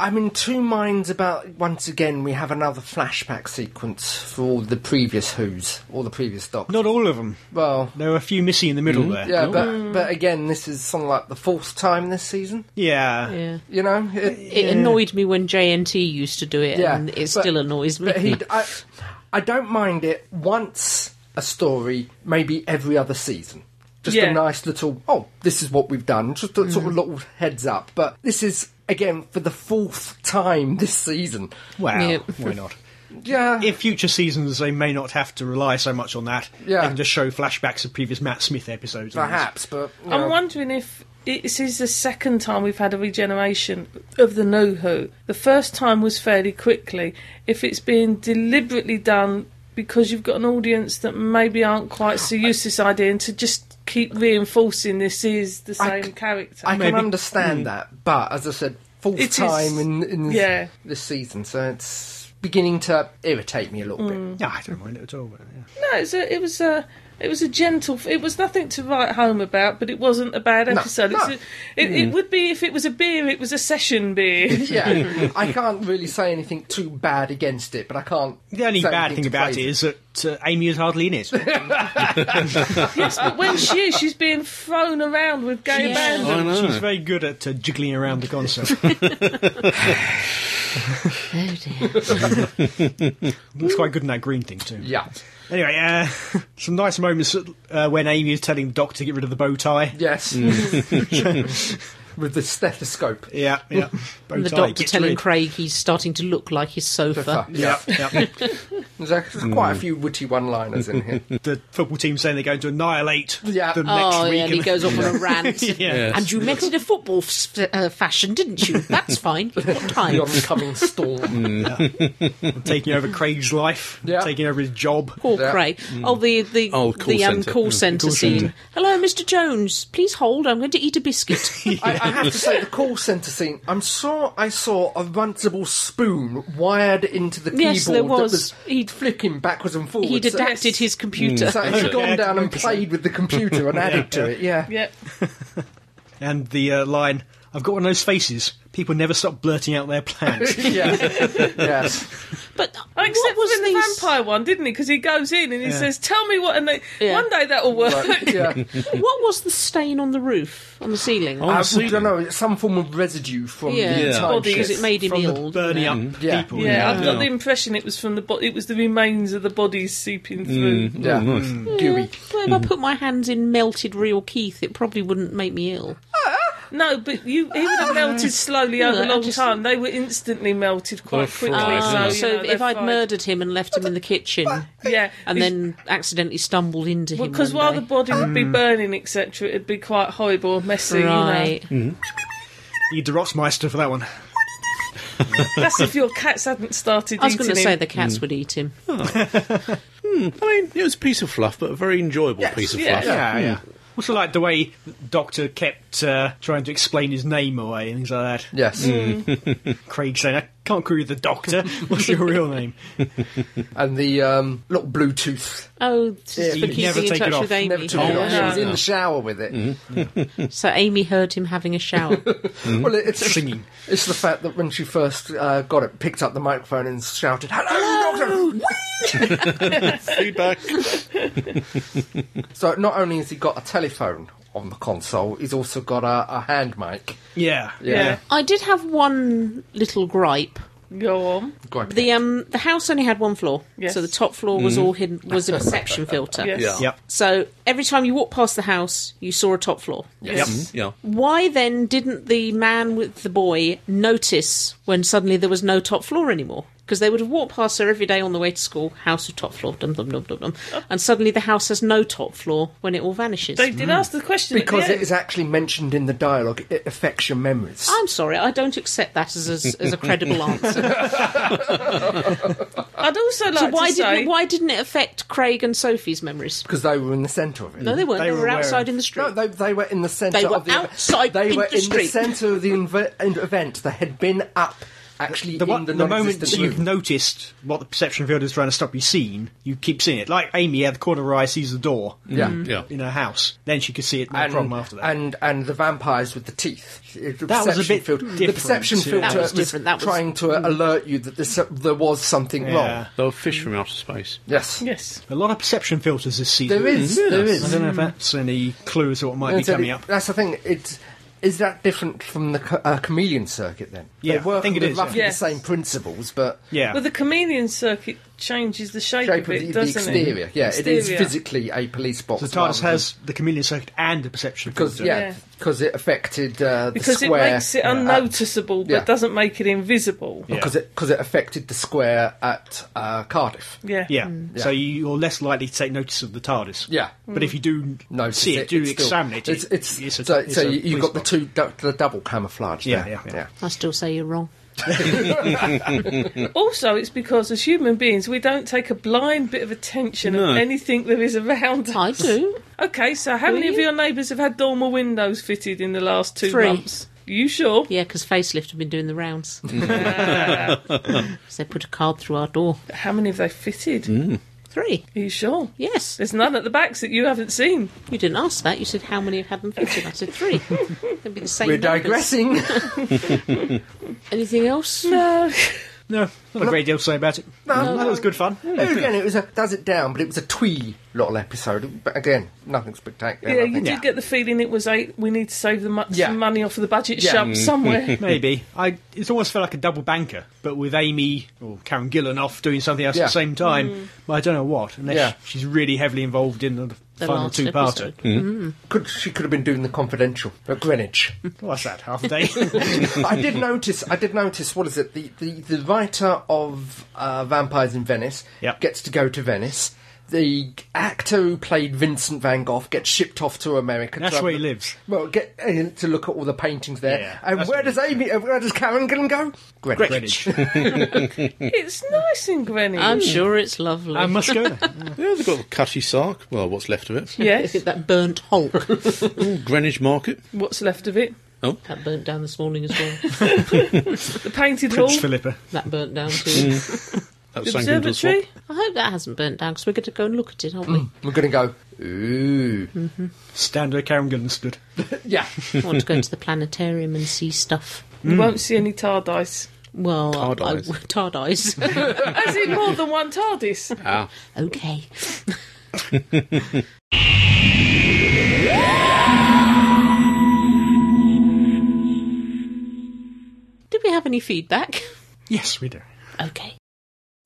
Speaker 2: I'm in two minds about once again we have another flashback sequence for all the previous Who's, all the previous Doctors.
Speaker 3: Not all of them.
Speaker 2: well,
Speaker 3: There were a few missing in the middle there.
Speaker 2: Mm-hmm. yeah, but but again, this is something like the fourth time this season.
Speaker 3: Yeah.
Speaker 5: Yeah.
Speaker 2: You know, it,
Speaker 5: It annoyed me when JNT used to do it,
Speaker 2: Yeah,
Speaker 5: and it
Speaker 2: but-
Speaker 5: still annoys me.
Speaker 2: but he, I, I don't mind it once a story, maybe every other season. Just
Speaker 4: Yeah.
Speaker 2: a nice little oh, this is what we've done. Just a sort of
Speaker 3: Mm-hmm.
Speaker 2: little heads up. But this is again for the fourth time this season.
Speaker 3: Wow.
Speaker 5: Yeah.
Speaker 3: Why not?
Speaker 2: Yeah,
Speaker 3: In future seasons, they may not have to rely so much on that.
Speaker 2: Yeah.
Speaker 3: They can just show flashbacks of previous Matt Smith episodes. and
Speaker 2: perhaps, but you know.
Speaker 4: I'm wondering if this is the second time we've had a regeneration of the No Who. The first time was fairly quickly. If it's being deliberately done because you've got an audience that maybe aren't quite so used to this idea, and to just keep reinforcing this is the
Speaker 2: I
Speaker 4: same
Speaker 2: c-
Speaker 4: character.
Speaker 2: I can
Speaker 3: Maybe. Mm.
Speaker 2: understand that, but as I said, fourth
Speaker 4: It is-
Speaker 2: time in, in
Speaker 4: yeah.
Speaker 2: this season, so it's beginning to irritate me a little bit.
Speaker 3: Yeah, I don't mind it at all. but, yeah.
Speaker 4: No, it was a, it was a, it was a gentle. It was nothing to write home about, but it wasn't a bad episode.
Speaker 2: no. Mm.
Speaker 4: It's a, it, it would be if it was a beer, it was a session beer.
Speaker 2: Yeah, I can't really say anything too bad against it, but I can't.
Speaker 3: The only
Speaker 2: say
Speaker 3: bad
Speaker 2: anything
Speaker 3: thing
Speaker 2: to
Speaker 3: about
Speaker 2: praise
Speaker 3: it is that uh, Amy is hardly in it.
Speaker 4: yes, but when she is, she's being thrown around with gay
Speaker 5: Yeah.
Speaker 4: bands.
Speaker 1: I know.
Speaker 3: She's very good at uh, jiggling around the console.
Speaker 5: Oh dear.
Speaker 3: Looks quite good in that green thing too.
Speaker 2: Yeah,
Speaker 3: Anyway, uh, some nice moments uh, when Amy is telling the doctor to get rid of the bow tie.
Speaker 2: yes, with the stethoscope.
Speaker 3: Yeah, yeah. bow
Speaker 5: And the
Speaker 3: tie,
Speaker 5: doctor
Speaker 3: get
Speaker 5: telling
Speaker 3: rid.
Speaker 5: Craig he's starting to look like his sofa.
Speaker 3: Yeah, yeah.
Speaker 2: There's a- there's quite a few witty one-liners in here.
Speaker 3: the football team saying they're going to annihilate
Speaker 2: Yeah.
Speaker 3: them next
Speaker 5: Oh,
Speaker 3: week.
Speaker 5: yeah, and he
Speaker 3: and-
Speaker 5: goes off on a rant.
Speaker 3: Yeah.
Speaker 5: And you met in a football f- uh, fashion, didn't you? That's fine. You've got
Speaker 2: The
Speaker 5: time.
Speaker 2: oncoming storm.
Speaker 3: taking over Craig's life,
Speaker 2: Yeah.
Speaker 3: taking over his job.
Speaker 5: Poor
Speaker 2: Yeah.
Speaker 5: Craig. Oh, the the
Speaker 1: Oh, call
Speaker 5: the um,
Speaker 1: centre.
Speaker 5: call
Speaker 1: Mm,
Speaker 5: centre
Speaker 1: call
Speaker 5: scene.
Speaker 1: centre.
Speaker 5: Hello, Mr. Jones. Please hold. I'm going to eat a biscuit.
Speaker 2: I, I have to say, the call centre scene. I'm sure I saw a runcible spoon wired into the keyboard
Speaker 5: Yes, there was.
Speaker 2: that was
Speaker 5: He'd-
Speaker 2: flicking backwards and forwards.
Speaker 5: He'd
Speaker 2: So-
Speaker 5: adapted his computer.
Speaker 2: So he's gone down and played with the computer and added to it, yeah.
Speaker 4: Yep.
Speaker 3: And the uh, line, I've got one of those faces. People never stop blurting out their plans.
Speaker 2: Yeah. yes.
Speaker 5: But
Speaker 4: Oh,
Speaker 5: what
Speaker 4: Except
Speaker 5: was
Speaker 4: in the
Speaker 5: these-
Speaker 4: vampire one, didn't he? Because he goes in and he
Speaker 3: Yeah.
Speaker 4: says, "Tell me what," and they,
Speaker 5: Yeah.
Speaker 4: one day that will work.
Speaker 2: Right, yeah. Uh,
Speaker 5: What was the stain on the roof on the ceiling?
Speaker 1: Oh,
Speaker 2: I
Speaker 1: see.
Speaker 2: don't know, it's some form of residue from
Speaker 5: yeah,
Speaker 2: the
Speaker 1: Yeah.
Speaker 2: time
Speaker 5: Body, 'cause
Speaker 2: shift.
Speaker 5: it made him
Speaker 3: From the
Speaker 5: ill.
Speaker 3: burning up
Speaker 2: Mm, Yeah.
Speaker 3: people.
Speaker 4: Yeah, I've got the impression it was from the bo- it was the remains of the bodies seeping through.
Speaker 2: Yeah.
Speaker 5: Mm.
Speaker 2: Gooey.
Speaker 5: Well, if I put my hands in melted real Keith, it probably wouldn't make me ill.
Speaker 4: No, but you he would have melted slowly
Speaker 5: Oh, No,
Speaker 4: over a
Speaker 5: I
Speaker 4: long
Speaker 5: just- Oh,
Speaker 4: time. They were instantly melted
Speaker 1: They're
Speaker 4: quite quickly.
Speaker 1: fried,
Speaker 4: Oh, so
Speaker 1: yeah.
Speaker 4: you
Speaker 5: so
Speaker 4: know, they're
Speaker 5: if I'd
Speaker 4: fried.
Speaker 5: murdered him and left him in the kitchen
Speaker 4: yeah,
Speaker 5: and then accidentally stumbled into him,
Speaker 4: because
Speaker 5: one
Speaker 4: while
Speaker 5: day.
Speaker 4: the body would be burning, etc., it'd be quite horrible, messy.
Speaker 5: right,
Speaker 3: You need Rotzmeister for that one.
Speaker 4: You know, that's if your cats hadn't started.
Speaker 5: I was
Speaker 4: eating
Speaker 5: going to say
Speaker 4: him.
Speaker 5: the cats would eat him.
Speaker 1: I mean, it was a piece of fluff, but a very enjoyable piece of
Speaker 4: yeah.
Speaker 1: fluff.
Speaker 3: Yeah, yeah. Also, like the way the Doctor kept uh, trying to explain his name away and things like that.
Speaker 2: Yes.
Speaker 3: Craig saying, I can't call you the Doctor. What's your real name?
Speaker 2: And the um, little Bluetooth.
Speaker 5: Oh, just
Speaker 2: Yeah,
Speaker 5: for
Speaker 2: you'd
Speaker 5: keeping
Speaker 3: never
Speaker 5: in
Speaker 3: take it
Speaker 5: touch
Speaker 3: off.
Speaker 5: with Amy. Oh,
Speaker 2: Never took it
Speaker 3: Oh,
Speaker 5: Yeah.
Speaker 2: off. She was
Speaker 4: No.
Speaker 2: in the shower with it.
Speaker 3: Mm-hmm.
Speaker 5: So Amy heard him having a shower.
Speaker 2: Well, it, it's
Speaker 3: Singing.
Speaker 2: It's the fact that when she first uh, got it, picked up the microphone and shouted, "Hello, Doctor!"
Speaker 1: Mm. Feedback.
Speaker 2: So not only has he got a telephone on the console, he's also got a, a hand mic.
Speaker 3: Yeah.
Speaker 4: Yeah.
Speaker 5: I did have one little gripe
Speaker 4: Go on.
Speaker 2: Go on.
Speaker 5: The um the house only had one floor,
Speaker 4: Yes.
Speaker 5: so the top floor was all hidden was a perception filter.
Speaker 4: Yes.
Speaker 6: Yeah.
Speaker 3: Yep.
Speaker 5: So every time you walked past the house, you saw a top floor.
Speaker 6: Mm, Yeah.
Speaker 5: Why then didn't the man with the boy notice when suddenly there was no top floor anymore? Because they would have walked past her every day on the way to school, house with top floor, dum dum dum dum dum, and suddenly the house has no top floor when it all vanishes.
Speaker 4: Oh. They did ask the question at the
Speaker 2: Because it
Speaker 4: end.
Speaker 2: is actually mentioned in the dialogue, it affects your memories.
Speaker 5: I'm sorry, I don't accept that as as, as a credible answer.
Speaker 4: I'd also like
Speaker 5: so
Speaker 4: to
Speaker 5: why
Speaker 4: say
Speaker 5: didn't why didn't it affect Craig and Sophie's memories?
Speaker 2: Because they were in the centre of it.
Speaker 5: No, they weren't.
Speaker 3: They
Speaker 5: They,
Speaker 3: were
Speaker 5: were,
Speaker 3: aware
Speaker 5: outside
Speaker 3: of-
Speaker 5: in the street.
Speaker 2: No, they, they were in the centre
Speaker 5: They were
Speaker 2: of the event.
Speaker 5: outside
Speaker 2: They
Speaker 5: in
Speaker 2: were
Speaker 5: the
Speaker 2: in the
Speaker 5: street.
Speaker 2: centre of the inve- in- event that had been up, actually,
Speaker 3: The, one,
Speaker 2: in the,
Speaker 3: the,
Speaker 2: non-existent
Speaker 3: moment you've
Speaker 2: room.
Speaker 3: noticed what the perception field is trying to stop you seeing, you keep seeing it. Like Amy out of the corner of her eye sees the door
Speaker 2: Yeah.
Speaker 1: Yeah.
Speaker 3: in her house. Then she could see it no
Speaker 2: And,
Speaker 3: problem after that.
Speaker 2: and and the vampires with the teeth. It- The
Speaker 3: That was a
Speaker 2: perception
Speaker 3: bit
Speaker 2: filter- The
Speaker 3: different,
Speaker 2: perception
Speaker 3: yeah.
Speaker 2: filter
Speaker 5: That was different, that was-
Speaker 2: trying
Speaker 4: Mm.
Speaker 2: to alert you that this, there was something
Speaker 3: yeah.
Speaker 2: wrong.
Speaker 1: They were fish from outer space.
Speaker 2: Yes,
Speaker 4: yes.
Speaker 3: A lot of perception filters this season.
Speaker 2: there is. There is.
Speaker 3: I don't know if that's any clue as to what might be
Speaker 2: And so
Speaker 3: coming
Speaker 2: it-
Speaker 3: up.
Speaker 2: That's the thing. It's is that different from the co- uh, chameleon circuit then?
Speaker 3: Yeah,
Speaker 2: they work
Speaker 3: I think it
Speaker 2: under
Speaker 3: is, yeah.
Speaker 2: roughly
Speaker 4: Yes.
Speaker 2: the same principles, but
Speaker 3: Yeah.
Speaker 4: Well, the chameleon circuit changes the shape,
Speaker 2: shape
Speaker 4: of
Speaker 2: of
Speaker 4: it,
Speaker 2: the, the
Speaker 4: doesn't
Speaker 2: exterior.
Speaker 4: it?
Speaker 2: Yeah, it is
Speaker 4: Exterior.
Speaker 2: physically a police box.
Speaker 3: the TARDIS
Speaker 2: rather than-
Speaker 3: has the chameleon circuit and the perception
Speaker 2: because
Speaker 3: filter.
Speaker 4: Yeah.
Speaker 2: yeah, because it affected uh, the
Speaker 4: Because
Speaker 2: square.
Speaker 4: it makes it unnoticeable, but
Speaker 2: yeah.
Speaker 4: doesn't make it invisible. Yeah.
Speaker 2: Because it because it affected the square at uh, Cardiff.
Speaker 3: Yeah. So you're less likely to take notice of the TARDIS.
Speaker 2: Mm. Yeah.
Speaker 3: But if you do
Speaker 2: No,
Speaker 3: see it, do
Speaker 2: it's still-
Speaker 3: examine it.
Speaker 2: It's, it's,
Speaker 3: a-
Speaker 2: so,
Speaker 3: it's
Speaker 2: so
Speaker 3: a
Speaker 2: you- you've
Speaker 3: police
Speaker 2: got the
Speaker 3: box.
Speaker 2: two du- the double camouflage.
Speaker 3: Yeah,
Speaker 2: there.
Speaker 3: yeah, yeah.
Speaker 5: I still say you're wrong.
Speaker 4: Also, it's because as human beings, we don't take a blind bit of attention
Speaker 1: No.
Speaker 4: of anything that is around us.
Speaker 5: I do.
Speaker 4: Okay, so how many of
Speaker 5: you?
Speaker 4: your neighbours have had dormer windows fitted in the last two
Speaker 5: Three.
Speaker 4: months? You sure?
Speaker 5: Yeah, because Facelift have been doing the rounds. 'Cause they put a card through our door.
Speaker 4: How many have they fitted?
Speaker 2: Hmm?
Speaker 5: Three.
Speaker 4: Are you sure?
Speaker 5: Yes.
Speaker 4: There's none at the backs that you haven't seen.
Speaker 5: You didn't ask that. You said how many have had them fitted. I said three. They'd be the same.
Speaker 2: We're
Speaker 5: numbers.
Speaker 2: digressing.
Speaker 5: Anything else?
Speaker 4: No.
Speaker 3: No, not a great deal to say about it. No, that was good fun.
Speaker 2: again, it was a does it down, but it was a twee little episode. But again, nothing spectacular.
Speaker 4: Yeah,
Speaker 2: nothing-
Speaker 4: you did
Speaker 3: Yeah.
Speaker 4: get the feeling it was eight. We need to save the mu-
Speaker 2: Yeah.
Speaker 4: some money off of the budget
Speaker 2: Yeah.
Speaker 4: shop somewhere.
Speaker 3: Maybe. I. It almost felt like a double banker, but with Amy or Karen Gillan off doing something else at
Speaker 2: Yeah. Mm.
Speaker 3: the same time. But I don't know what, unless
Speaker 2: Yeah.
Speaker 3: she's really heavily involved in the,
Speaker 5: The
Speaker 3: final
Speaker 5: last
Speaker 3: two-parter.
Speaker 5: episode.
Speaker 2: Could she could have been doing the confidential at Greenwich?
Speaker 3: What's that? Half a day.
Speaker 2: I did notice. I did notice. What is it? The the, the writer of uh, Vampires in Venice
Speaker 3: Yep.
Speaker 2: gets to go to Venice. The actor who played Vincent Van Gogh gets shipped off to America.
Speaker 3: That's
Speaker 2: to have
Speaker 3: where he
Speaker 2: the-
Speaker 3: lives.
Speaker 2: Well, get uh, to look at all the paintings there.
Speaker 3: Yeah,
Speaker 2: and
Speaker 3: that's
Speaker 2: where
Speaker 3: what
Speaker 2: does Amy? Uh, where does Karen Gillan go? Greenwich.
Speaker 3: Greenwich.
Speaker 4: it's nice in Greenwich.
Speaker 5: I'm sure it's lovely.
Speaker 3: I must go. there.
Speaker 1: Yeah, they've got the Cutty Sark. Well, what's left of it.
Speaker 4: yes.
Speaker 5: that burnt Hulk
Speaker 1: Greenwich Market.
Speaker 4: What's left of it?
Speaker 5: that burnt down this morning as well.
Speaker 4: The painted
Speaker 3: Prince
Speaker 4: hall,
Speaker 3: Philippa.
Speaker 5: That burnt down too.
Speaker 1: That
Speaker 4: the
Speaker 1: sank into the swamp.
Speaker 4: observatory.
Speaker 5: I hope that hasn't burnt down because we're going to go and look at it, aren't we?
Speaker 2: We're going to go. Ooh.
Speaker 3: Stand where Karen Gillan stood.
Speaker 2: Yeah.
Speaker 5: I want to go to the planetarium and see stuff.
Speaker 4: You won't see any Tardice.
Speaker 5: Well,
Speaker 1: Tard-eyes.
Speaker 5: I, tard eyes.
Speaker 4: As in more than one TARDIS.
Speaker 1: Ah,
Speaker 5: okay. Did we have any feedback?
Speaker 3: Yes, we do.
Speaker 5: Okay.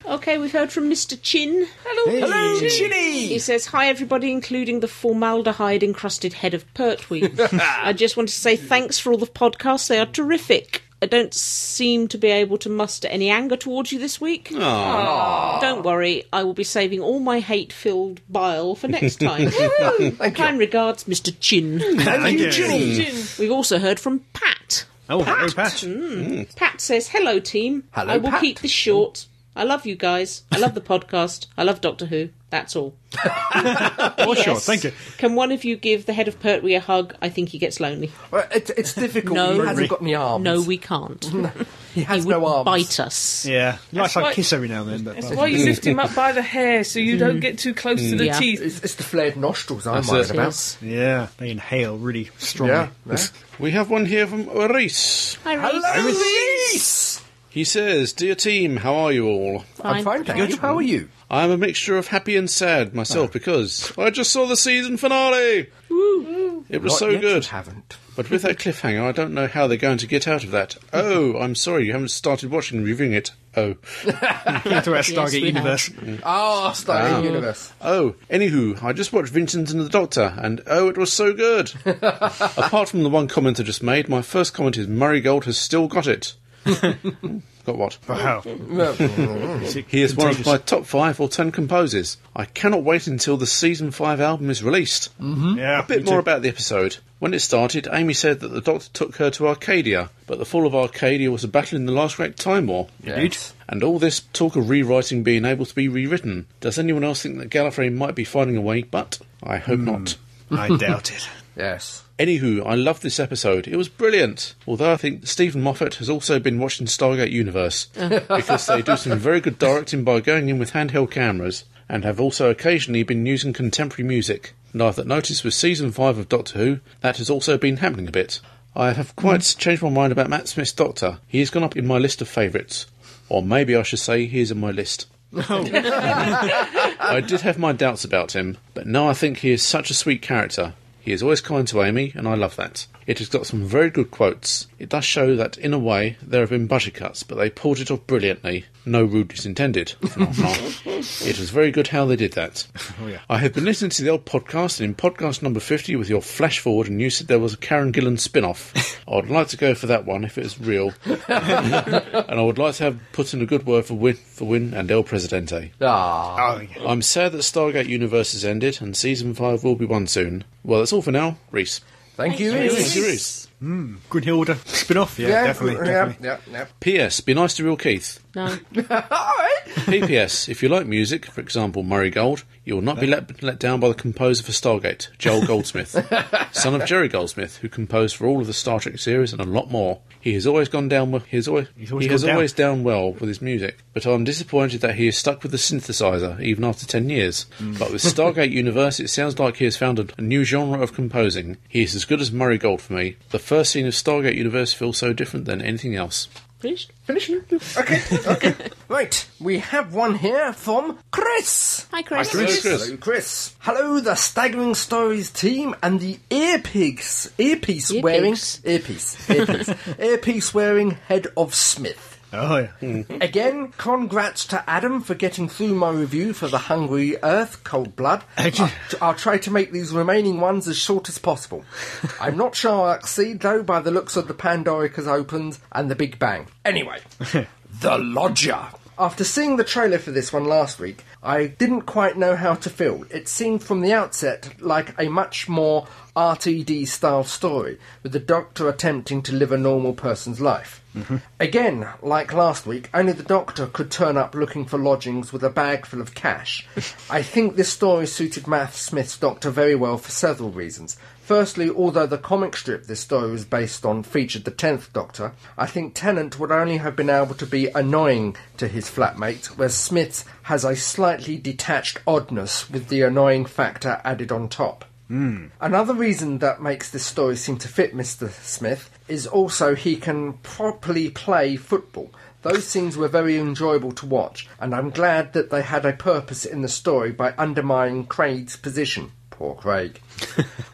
Speaker 5: Okay, we've heard from Mr. Chin.
Speaker 4: Hello,
Speaker 3: Hello,
Speaker 4: Chin.
Speaker 5: He says, Hi, everybody, including the formaldehyde encrusted head of Pertwee. I just want to say thanks for all the podcasts. They are terrific. I don't seem to be able to muster any anger towards you this week. Don't worry, I will be saving all my hate filled bile for next time.
Speaker 2: Thank you.
Speaker 5: kind regards, Mr. Chin.
Speaker 2: Thank you,
Speaker 3: you.
Speaker 2: Ginny.
Speaker 4: Chin.
Speaker 5: We've also heard from Pat. Hmm.
Speaker 3: Oh, hello, Pat.
Speaker 5: Pat says, Hello, team.
Speaker 2: Hello,
Speaker 5: I will
Speaker 2: Pat."
Speaker 5: keep this short. I love you guys. I love the podcast. I love Doctor Who. That's all.
Speaker 3: Oh, sure.
Speaker 5: Yes.
Speaker 3: Thank you.
Speaker 5: Can one of you give the head of Pertwee a hug? I think he gets lonely.
Speaker 2: Well, it's, it's difficult.
Speaker 5: No.
Speaker 2: he hasn't got any arms.
Speaker 5: No, we can't.
Speaker 2: he
Speaker 5: He
Speaker 2: has
Speaker 5: would
Speaker 2: no arms.
Speaker 5: bite us.
Speaker 3: Yeah. Nice,
Speaker 4: why-
Speaker 3: I kiss every now and then. But
Speaker 4: That's why you lift him up by the hair so you don't get too close to the
Speaker 5: Yeah.
Speaker 4: teeth.
Speaker 2: It's, it's the flared nostrils I'm
Speaker 1: That's
Speaker 2: worried
Speaker 1: it.
Speaker 2: about.
Speaker 5: Yes.
Speaker 3: Yeah, they inhale really strongly.
Speaker 2: Yeah. yeah.
Speaker 1: we have one here from Reese.
Speaker 5: Hi, Rose.
Speaker 2: Hello, Reese.
Speaker 1: He says, "Dear team, how are you all?
Speaker 2: I'm fine, thank you. How are you?
Speaker 1: I am a mixture of happy and sad
Speaker 2: Ah.
Speaker 1: myself because I just saw the season finale. It was so
Speaker 2: Not yet, you
Speaker 1: good.
Speaker 2: haven't.
Speaker 1: But with that cliffhanger, I don't know how they're going to get out of that. Oh, I'm sorry, you haven't started watching and reviewing it. Oh.
Speaker 3: Into our
Speaker 5: we
Speaker 3: Stargate
Speaker 5: have.
Speaker 3: universe.
Speaker 2: Ah, Stargate Universe.
Speaker 1: Oh, anywho, I just watched Vincent and the Doctor, and oh, it was so good. Apart from the one comment I just made, my first comment is Murray Gold has still got it. Hmm, got what?
Speaker 3: Wow.
Speaker 1: He is one of my top five or ten composers. I cannot wait until the season five album is released.
Speaker 2: Mm-hmm.
Speaker 3: Yeah,
Speaker 1: A bit more about the episode. When it started, Amy said that the Doctor took her to Arcadia, but the fall of Arcadia was a battle in the last Great Time War.
Speaker 2: Yes.
Speaker 1: And all this talk of rewriting being able to be rewritten. Does anyone else think that Gallifrey might be finding a way? But I hope not.
Speaker 3: I doubt it.
Speaker 2: Yes.
Speaker 1: Anywho, I loved this episode. It was brilliant. Although I think Stephen Moffat has also been watching Stargate Universe because they do some very good directing by going in with handheld cameras and have also occasionally been using contemporary music. And I've noticed with season 5 of Doctor Who, that has also been happening a bit. I have quite changed my mind about Matt Smith's Doctor. He has gone up in my list of favourites. Or maybe I should say he is in my list. I did have my doubts about him, but now I think he is such a sweet character. He is always kind to Amy, and I love that. It has got some very good quotes. It does show that, in a way, there have been budget cuts, but they pulled it off brilliantly. No rudeness intended. it was very good how they did that. I have been listening to the old podcast, and in podcast number 50 with your flash forward, and you said there was a Karen Gillan spin off. I would like to go for that one if it was real. and I would like to have put in a good word for Win, for Win and El Presidente.
Speaker 2: Ah.
Speaker 3: Oh, yeah.
Speaker 1: I'm sad that Stargate Universe has ended and season five will be one soon. Well, that's all for now, Reese.
Speaker 2: Thank you, Reese.
Speaker 1: Thank you, Reese.
Speaker 3: Grunhilda spin off. Yeah, definitely.
Speaker 2: yeah,
Speaker 3: definitely.
Speaker 2: Yeah, yeah.
Speaker 1: P.S. Be nice to real Keith.
Speaker 5: No.
Speaker 2: All right.
Speaker 1: P.P.S. if you like music, for example Murray Gold, you will not be let, let down by the composer for Stargate, Joel Goldsmith, son of Jerry Goldsmith, who composed for all of the Star Trek series and a lot more. He has always gone down. Well, he has always,
Speaker 3: He's always
Speaker 1: he
Speaker 3: gone
Speaker 1: has
Speaker 3: down.
Speaker 1: always down well with his music, but I'm disappointed that he is stuck with the synthesizer even after ten years.
Speaker 3: Mm.
Speaker 1: But with Stargate Universe, it sounds like he has found a- a new genre of composing. He is as good as Murray Gold for me. The first scene of Stargate Universe feels so different than anything else.
Speaker 5: Finished?
Speaker 2: Okay. Okay. right. We have one here from Chris.
Speaker 5: Hi, Chris.
Speaker 1: Chris.
Speaker 2: Hello, Chris. Hello, the Staggering Stories team and the earpiece, earpiece
Speaker 5: Earpigs.
Speaker 2: wearing, earpiece, earpiece, earpiece wearing head of Smith.
Speaker 3: Oh, yeah.
Speaker 1: Mm.
Speaker 2: Again, congrats to Adam for getting through my review for The Hungry Earth, Cold Blood. I'll, I'll try to make these remaining ones as short as possible. I'm not sure I'll succeed, though, by the looks of the Pandorica's Opens and the Big Bang. Anyway, The Lodger. After seeing the trailer for this one last week, I didn't quite know how to feel. It seemed from the outset like a much more RTD style story, with the doctor attempting to live a normal person's life. Again, like last week, only the doctor could turn up looking for lodgings with a bag full of cash. I think this story suited Matt Smith's doctor very well for several reasons. Firstly, although the comic strip this story was based on featured the 10th Doctor, I think Tennant would only have been able to be annoying to his flatmate, whereas Smith has a slightly detached oddness with the annoying factor added on top. Another reason that makes this story seem to fit Mr. Smith is also he can properly play football. Those scenes were very enjoyable to watch, and I'm glad that they had a purpose in the story by undermining Craig's position. Poor Craig.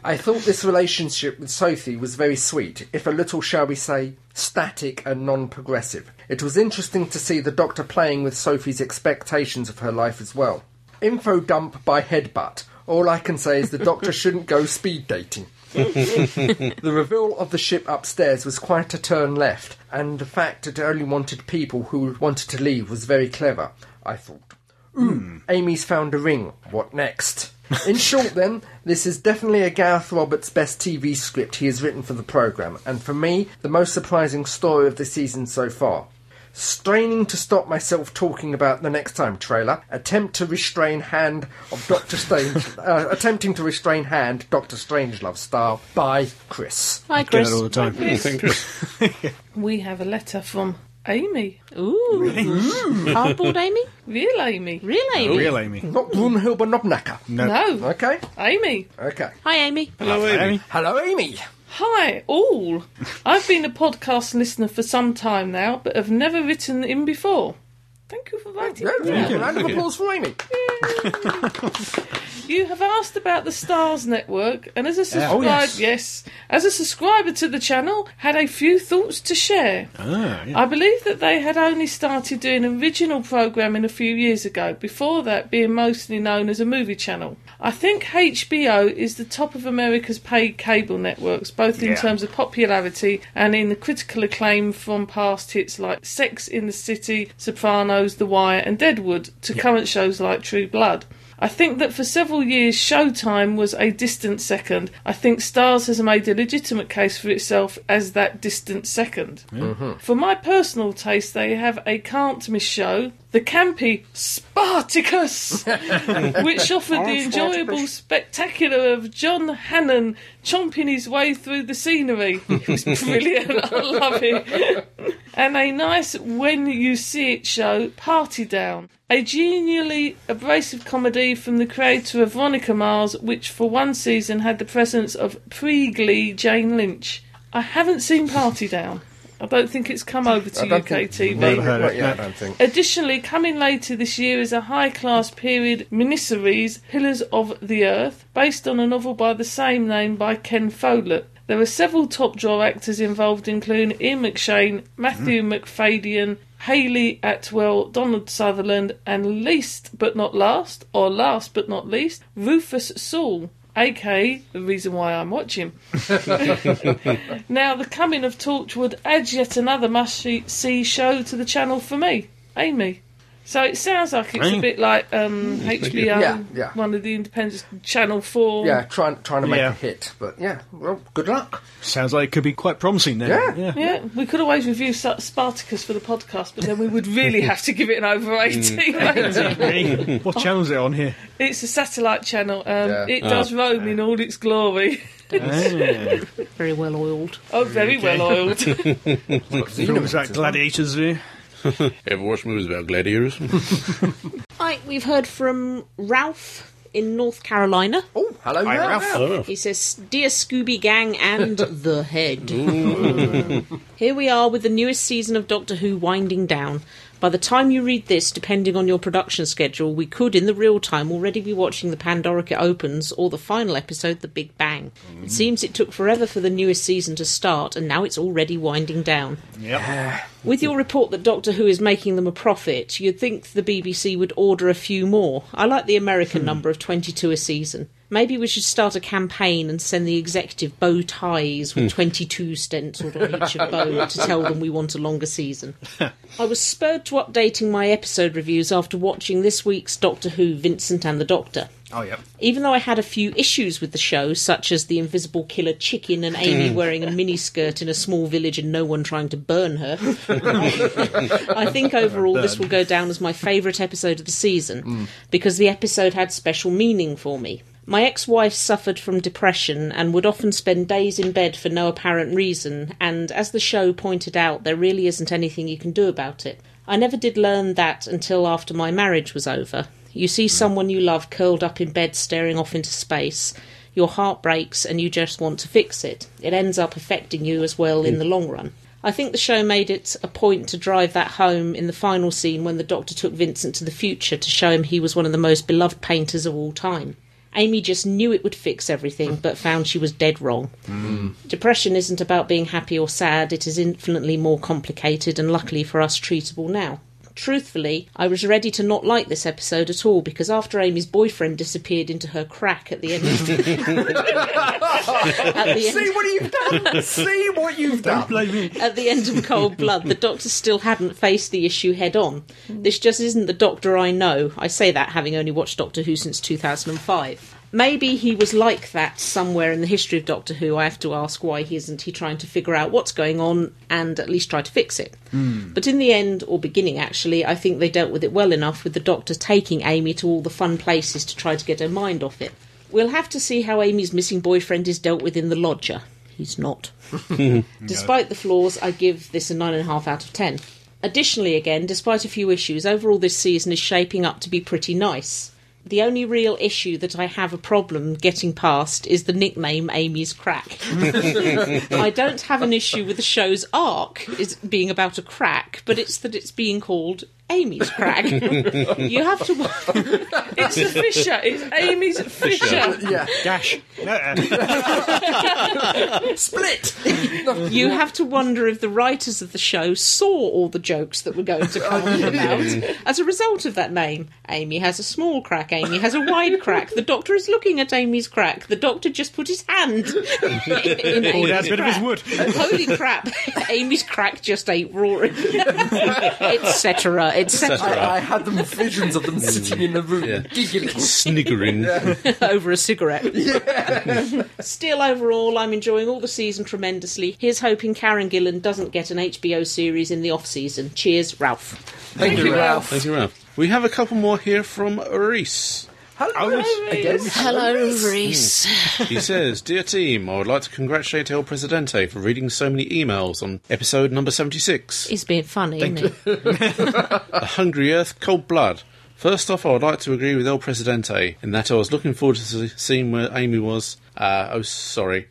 Speaker 2: I thought this relationship with Sophie was very sweet, if a little, shall we say, static and non progressive. It was interesting to see the Doctor playing with Sophie's expectations of her life as well. Info dump by headbutt. All I can say is the doctor shouldn't go speed dating. the reveal of the ship upstairs was quite a turn left, and the fact that it only wanted people who wanted to leave was very clever, I thought. Ooh, Amy's found a ring. What next? In short, then, this is definitely a Gareth Roberts best TV script he has written for the programme, and for me, the most surprising story of the season so far. Straining to stop myself talking about the next time trailer. Attempt to restrain hand of Doctor Strange. uh, attempting to restrain hand Doctor Strangelove style by Chris.
Speaker 5: Hi,
Speaker 3: Do that
Speaker 5: Chris.
Speaker 3: all the time.
Speaker 1: Hmm, thank you.
Speaker 4: We have a letter from Amy,
Speaker 5: Ooh. Cardboard Amy?
Speaker 4: real Amy.
Speaker 5: Real Amy?
Speaker 3: Real Amy.
Speaker 2: Not Brunhilde Nobnacker.
Speaker 4: No,
Speaker 2: Okay,
Speaker 4: Amy.
Speaker 2: okay.
Speaker 5: Hi, Amy.
Speaker 1: Hello, Amy.
Speaker 2: Hello, Amy.
Speaker 4: Hi, all. I've been a podcast listener for some time now, but have never written in before. Thank you for writing.
Speaker 2: Yeah,
Speaker 4: it
Speaker 2: yeah,
Speaker 4: down.
Speaker 2: Round of
Speaker 1: Thank you.
Speaker 2: applause for Amy.
Speaker 4: You have asked about the Stars Network, and as a subscriber,
Speaker 2: Oh, yes.
Speaker 4: yes. as a subscriber to the channel, had a few thoughts to share.
Speaker 3: Ah,
Speaker 4: I believe that they had only started doing original programming a few years ago. Before that, being mostly known as a movie channel. I think HBO is the top of America's paid cable networks, both in
Speaker 3: Yeah.
Speaker 4: terms of popularity and in the critical acclaim from past hits like Sex in the City, Sopranos, The Wire, and Deadwood, to current shows like True Blood. I think that for several years, Showtime was a distant second. I think Stars has made a legitimate case for itself as that distant 2nd For my personal taste, they have a can't miss show, the campy Spartacus, which offered the enjoyable spectacular of John Hannon chomping his way through the scenery. It was brilliant. I love it and a nice when you see it show, Party Down. A genially abrasive comedy from the creator of Veronica Mars, which for one season had the presence of pre Glee Jane Lynch. I haven't seen Party Down. I don't think it's come over to
Speaker 2: don't
Speaker 4: UK
Speaker 2: think-
Speaker 4: TV.
Speaker 3: Never heard
Speaker 2: Not
Speaker 3: it.
Speaker 2: yet, I don't think.
Speaker 4: Additionally, coming later this year is a high class period miniseries, Pillars of the Earth, based on a novel by the same name by Ken Follett. There are several top draw actors involved, including Ian McShane, Matthew McFadyen, Hayley Atwell, Donald Sutherland, and least but not last, or last but not least, Rufus Sewell, aka the reason why I'm watching. Now, the coming of Torchwood adds yet another must see show to the channel for me, Amy. So it sounds like it's a
Speaker 3: Amy.
Speaker 4: bit like um, HBO,
Speaker 2: Hmm. Yeah, yeah.
Speaker 4: one of the independent Channel 4.
Speaker 2: Yeah, trying trying to make
Speaker 3: Yeah.
Speaker 2: a hit, but yeah, well, good luck.
Speaker 3: Sounds like it could be quite promising then.
Speaker 2: Yeah.
Speaker 4: Yeah, we could always review Sa- Spartacus for the podcast, but then we would really have to give it an over
Speaker 2: Hmm.
Speaker 4: 18. wouldn't we?
Speaker 3: Hey, what channel's it on here?
Speaker 4: it's a satellite channel. Um,
Speaker 2: Yeah.
Speaker 4: It does roam in all its glory.
Speaker 3: Ah.
Speaker 5: Very well oiled.
Speaker 4: Oh, very well oiled.
Speaker 3: Films like Gladiators here.
Speaker 1: Ever watch movies about gladiators?
Speaker 5: Right, we've heard from Ralph in North Carolina.
Speaker 2: Oh, hello,
Speaker 3: Hi,
Speaker 2: there.
Speaker 3: Ralph.
Speaker 5: He says, Dear Scooby Gang and the Head. Here we are with the newest season of Doctor Who winding down. By the time you read this, depending on your production schedule, we could, in the real time, already be watching the Pandorica Opens or the final episode, The Big Bang. It seems it took forever for the newest season to start, and now it's already winding down. With your report that Doctor Who is making them a profit, you'd think the BBC would order a few more. I like the American number of 22 a season. Maybe we should start a campaign and send the executive bow ties with 22 stenciled on each of bow to tell them we want a longer season. I was spurred to updating my episode reviews after watching this week's Doctor Who Vincent and the Doctor.
Speaker 3: Oh, yeah.
Speaker 5: Even though I had a few issues with the show, such as the invisible killer chicken and Amy wearing a miniskirt in a small village and no one trying to burn her, I think overall this will go down as my favourite episode of the season because the episode had special meaning for me. My ex wife suffered from depression and would often spend days in bed for no apparent reason, and as the show pointed out, there really isn't anything you can do about it. I never did learn that until after my marriage was over. You see someone you love curled up in bed staring off into space. Your heart breaks and you just want to fix it. It ends up affecting you as well in the long run. I think the show made it a point to drive that home in the final scene when the doctor took Vincent to the future to show him he was one of the most beloved painters of all time. Amy just knew it would fix everything, but found she was dead wrong. Depression isn't about being happy or sad, it is infinitely more complicated and luckily for us treatable now. Truthfully, I was ready to not like this episode at all because after Amy's boyfriend disappeared into her crack at the end of the, at the end
Speaker 2: See what you've done. See what you've done.
Speaker 5: at the end of Cold Blood, the Doctor still hadn't faced the issue head on. This just isn't the Doctor I know. I say that having only watched Doctor Who since 2005. Maybe he was like that somewhere in the history of Doctor Who. I have to ask why he isn't he trying to figure out what's going on and at least try to fix it. But in the end, or beginning actually, I think they dealt with it well enough with the Doctor taking Amy to all the fun places to try to get her mind off it. We'll have to see how Amy's missing boyfriend is dealt with in The Lodger. He's not. Despite the flaws, I give this a 9.5 out of 10. Additionally, again, despite a few issues, overall this season is shaping up to be pretty nice. The only real issue that I have a problem getting past is the nickname Amy's Crack. I don't have an issue with the show's arc is being about a crack, but it's that it's being called Amy's crag. you have to. wa-
Speaker 4: It's the Fisher. It's Amy's Fisher.
Speaker 2: Yeah.
Speaker 3: Gash. No, uh,
Speaker 2: Split!
Speaker 5: You have to wonder if the writers of the show saw all the jokes that were going to come on about. As a result of that name, Amy has a small crack, Amy has a wide crack, the doctor is looking at Amy's crack, the doctor just put his hand in
Speaker 3: pulled
Speaker 5: Amy's
Speaker 3: out a bit of his
Speaker 5: crack.
Speaker 3: wood.
Speaker 5: Holy crap, Amy's crack just ate roaring. etc., etc.
Speaker 2: I, I had them visions of them sitting in the room
Speaker 1: Yeah.
Speaker 2: giggling.
Speaker 1: Sniggering.
Speaker 5: over a cigarette. Still, overall, I'm enjoying all the season tremendously. Here's hoping Karen Gillan doesn't get an HBO series in the off season. Cheers, Ralph.
Speaker 2: Thank you, Ralph.
Speaker 1: Thank you, Ralph. We have a couple more here from Reese.
Speaker 2: Hello, again.
Speaker 5: Hello, Hmm. Reese.
Speaker 1: He says, Dear team, I would like to congratulate El Presidente for reading so many emails on episode number 76
Speaker 5: He's being funny, isn't he?
Speaker 1: A Hungry Earth, Cold Blood. First off, I would like to agree with El Presidente in that I was looking forward to the scene where Amy was. Uh, oh, sorry.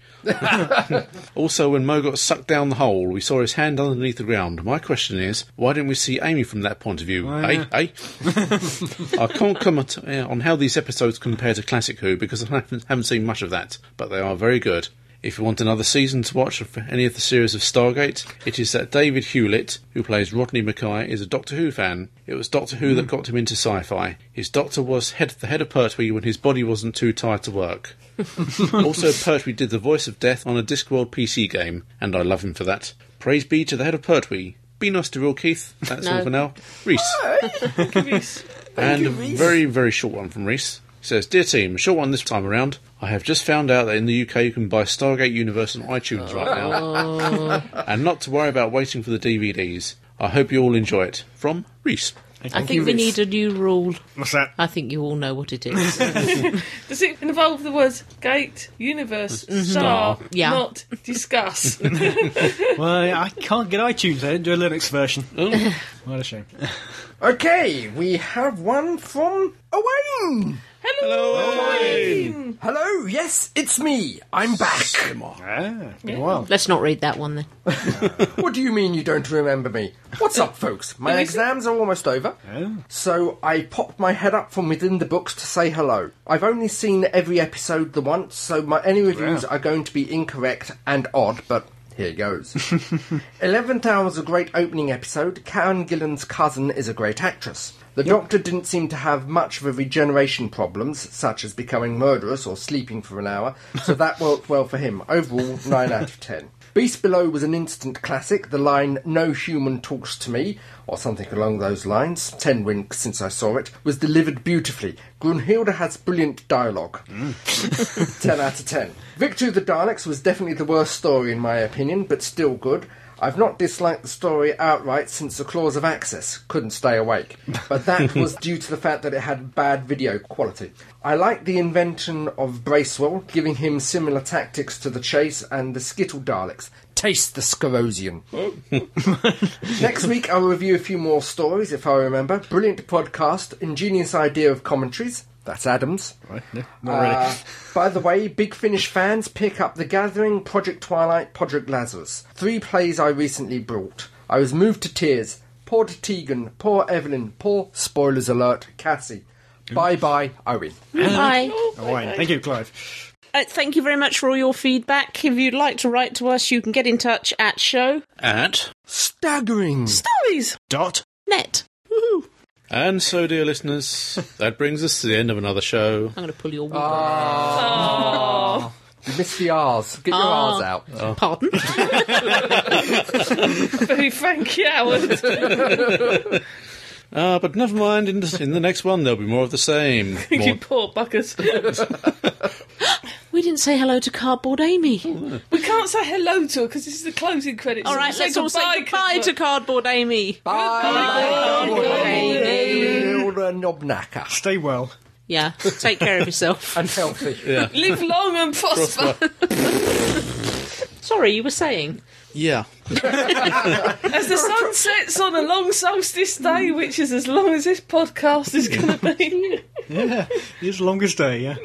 Speaker 1: also, when Mo got sucked down the hole, we saw his hand underneath the ground. My question is, why didn't we see Amy from that point of view? Eh? Eh? I can't comment uh, on how these episodes compare to Classic Who because I haven't, haven't seen much of that, but they are very good. If you want another season to watch of any of the series of Stargate, it is that David Hewlett, who plays Rodney Mackay, is a Doctor Who fan. It was Doctor Who that got him into sci-fi. His doctor was head, the head of Pertwee when his body wasn't too tired to work. also, Pertwee did the voice of death on a Discworld PC game, and I love him for that. Praise be to the head of Pertwee. Be nice to real Keith. That's all
Speaker 5: No.
Speaker 1: for now. Reese. And a very, very short one from Reese. He says, Dear team, short one this time around. I have just found out that in the UK you can buy Stargate Universe on iTunes right now. and not to worry about waiting for the DVDs. I hope you all enjoy it. From Reese.
Speaker 5: I think we need a new rule.
Speaker 3: what's that?
Speaker 5: I think you all know what it is.
Speaker 4: Does it involve the words gate, universe, star,
Speaker 5: Yeah.
Speaker 4: not discuss?
Speaker 3: Well, yeah, I can't get iTunes. I didn't do a Linux version. What a shame.
Speaker 2: Okay, we have one from Owen.
Speaker 3: Oh.
Speaker 4: Hello, Owen.
Speaker 2: Hello, yes, it's me. I'm back.
Speaker 3: Ah, it's been a while.
Speaker 5: Let's not read that one then.
Speaker 2: What do you mean you don't remember me? What's up, folks? My exams are almost over,
Speaker 3: Ah,
Speaker 2: so I popped my head up from within the books to say hello. I've only seen every episode the once, so my any reviews are going to be incorrect and odd, but here goes. Eleventh Hour was a great opening episode. Karen Gillan's cousin is a great actress. The Doctor didn't seem to have much of a regeneration problems, such as becoming murderous or sleeping for an hour, so that worked well for him. Overall, 9 out of 10. Beast Below was an instant classic. The line, No human talks to me, or something along those lines, 10 winks since I saw it, was delivered beautifully. Grunhilde has brilliant dialogue. 10 out of 10. Victory of the Daleks was definitely the worst story, in my opinion, but still good. I've not disliked the story outright since the clause of access couldn't stay awake, but that was due to the fact that it had bad video quality. I like the invention of Bracewell, giving him similar tactics to the chase and the Skittle Daleks. Taste the Scorosian. Next week, I'll review a few more stories if I remember. Brilliant podcast, ingenious idea of commentaries. That's Adams.
Speaker 3: Not really.
Speaker 2: Uh, by the way, Big Finish fans pick up The Gathering, Project Twilight, Project Lazarus. Three plays I recently brought. I was moved to tears. Poor Tegan, poor Evelyn, poor, spoilers alert, Cassie. Bye bye, Owen.
Speaker 5: Bye.
Speaker 3: Oh, wait. Thank you, Clive.
Speaker 5: Uh, thank you very much for all your feedback. If you'd like to write to us, you can get in touch at show
Speaker 1: At.
Speaker 2: Staggering.
Speaker 5: stories
Speaker 3: Dot.
Speaker 5: net.
Speaker 1: And so, dear listeners, that brings us to the end of another show.
Speaker 5: I'm going to pull your
Speaker 2: You missed the R's. Get your R's out.
Speaker 5: pardon.
Speaker 4: Very Frankie Howard.
Speaker 1: Uh, but never mind, in the, in the next one there'll be more of the same.
Speaker 4: you
Speaker 1: More,
Speaker 4: poor buggers.
Speaker 5: we didn't say hello to Cardboard Amy.
Speaker 4: We can't say hello to her because this is the closing credits.
Speaker 5: All right,
Speaker 4: Say
Speaker 5: let's all say goodbye
Speaker 4: Cardboard.
Speaker 5: to Cardboard Amy.
Speaker 2: Nobnaka.
Speaker 3: Stay well.
Speaker 5: Yeah, take care of yourself.
Speaker 2: Unhealthy.
Speaker 4: Live long and prosper.
Speaker 5: Sorry, you were saying.
Speaker 1: yeah.
Speaker 4: As the sun sets on a long solstice day, which is as long as this podcast is going to be.
Speaker 3: Yeah. It's the longest day, yeah.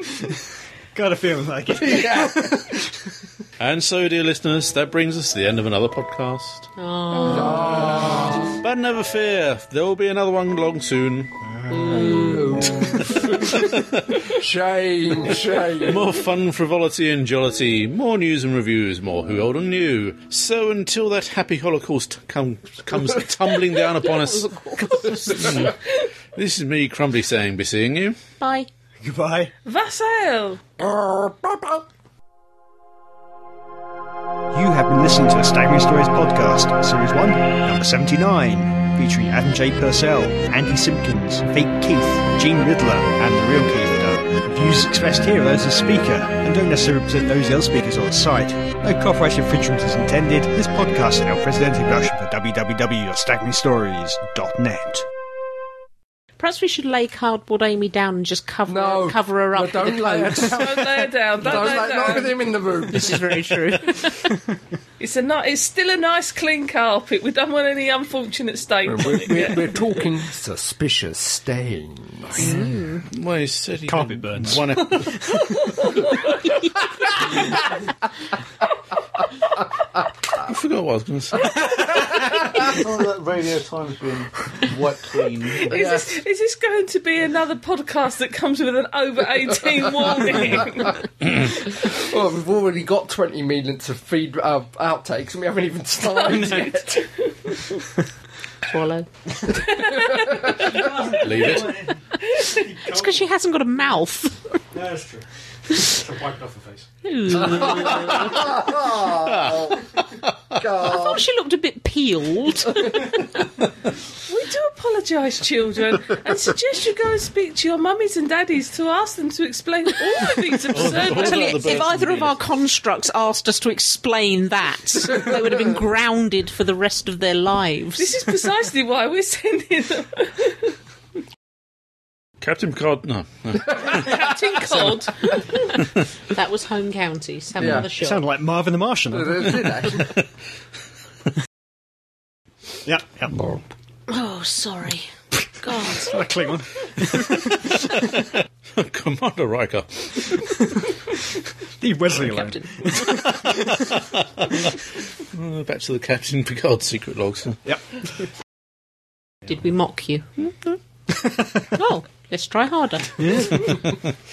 Speaker 3: Got a feeling like it.
Speaker 1: And so, dear listeners, that brings us to the end of another podcast.
Speaker 5: Oh.
Speaker 1: But never fear, there will be another one along soon.
Speaker 2: Shame, shame.
Speaker 1: More fun, frivolity, and jollity. More news and reviews. More who old and new. So until that happy Holocaust com- comes tumbling down upon us, Hmm. this is me, Crumbly, saying, "Be seeing you."
Speaker 5: Bye.
Speaker 3: Goodbye.
Speaker 4: Vassal!
Speaker 6: You have been listening to the Staggering Stories podcast, series one, number seventy-nine, featuring Adam J. Purcell, Andy Simpkins, Fake Keith, Gene Riddler, and the real Keith Dunn. The views expressed here are those of the speaker and don't necessarily represent those of the other speakers on the site. No cooperation infringement is intended. This podcast is now presidential production for www.staggeringstories.net.
Speaker 5: Perhaps we should lay cardboard Amy down and just cover
Speaker 2: No,
Speaker 5: cover her up
Speaker 2: no,
Speaker 5: with
Speaker 2: don't
Speaker 5: a
Speaker 2: lay her
Speaker 5: cloak.
Speaker 2: down.
Speaker 4: Don't lay her down. Don't
Speaker 2: Don't
Speaker 4: lay her
Speaker 2: lay, not
Speaker 4: down.
Speaker 2: with him in the room.
Speaker 5: This is very true.
Speaker 4: It's a ni- It's still a nice clean carpet. We don't want any unfortunate stains. on
Speaker 2: We're,
Speaker 4: it.
Speaker 2: we're, we're talking suspicious stains.
Speaker 1: Well, he said he did
Speaker 3: Carpet burns.
Speaker 1: One ep- I forgot what I was going to say.
Speaker 7: All that Radio Time's been wiped clean.
Speaker 4: Is, this, is this going to be another podcast that comes with an over 18 warning?
Speaker 2: Well, we've already got 20 minutes of feed uh, outtakes and we haven't even started yet.
Speaker 5: Swallow.
Speaker 1: Leave it.
Speaker 5: It's because she hasn't got a mouth.
Speaker 3: No, that's true. I wiped off her face.
Speaker 5: Oh, she looked a bit peeled.
Speaker 4: we do apologise, children, and suggest you go and speak to your mummies and daddies to ask them to explain all of these absurd.
Speaker 5: Actually,
Speaker 1: about the
Speaker 5: if
Speaker 1: birds
Speaker 5: either
Speaker 1: and
Speaker 5: of our constructs asked us to explain that, they would have been grounded for the rest of their lives.
Speaker 4: This is precisely why we're sending them.
Speaker 1: Captain Picard. No, no.
Speaker 4: Captain Cod.
Speaker 5: that was home counties. Have
Speaker 2: Yeah.
Speaker 5: another shot.
Speaker 3: Sound like Marvin the Martian. yeah, yeah.
Speaker 5: oh, sorry. God.
Speaker 3: Not a Klingon.
Speaker 1: Commander Riker.
Speaker 3: Leave Wesley alone.
Speaker 1: Uh, back to the Captain Picard secret logs.
Speaker 3: Yep.
Speaker 5: Did we mock you?
Speaker 4: Mm-hmm.
Speaker 5: oh, let's try harder.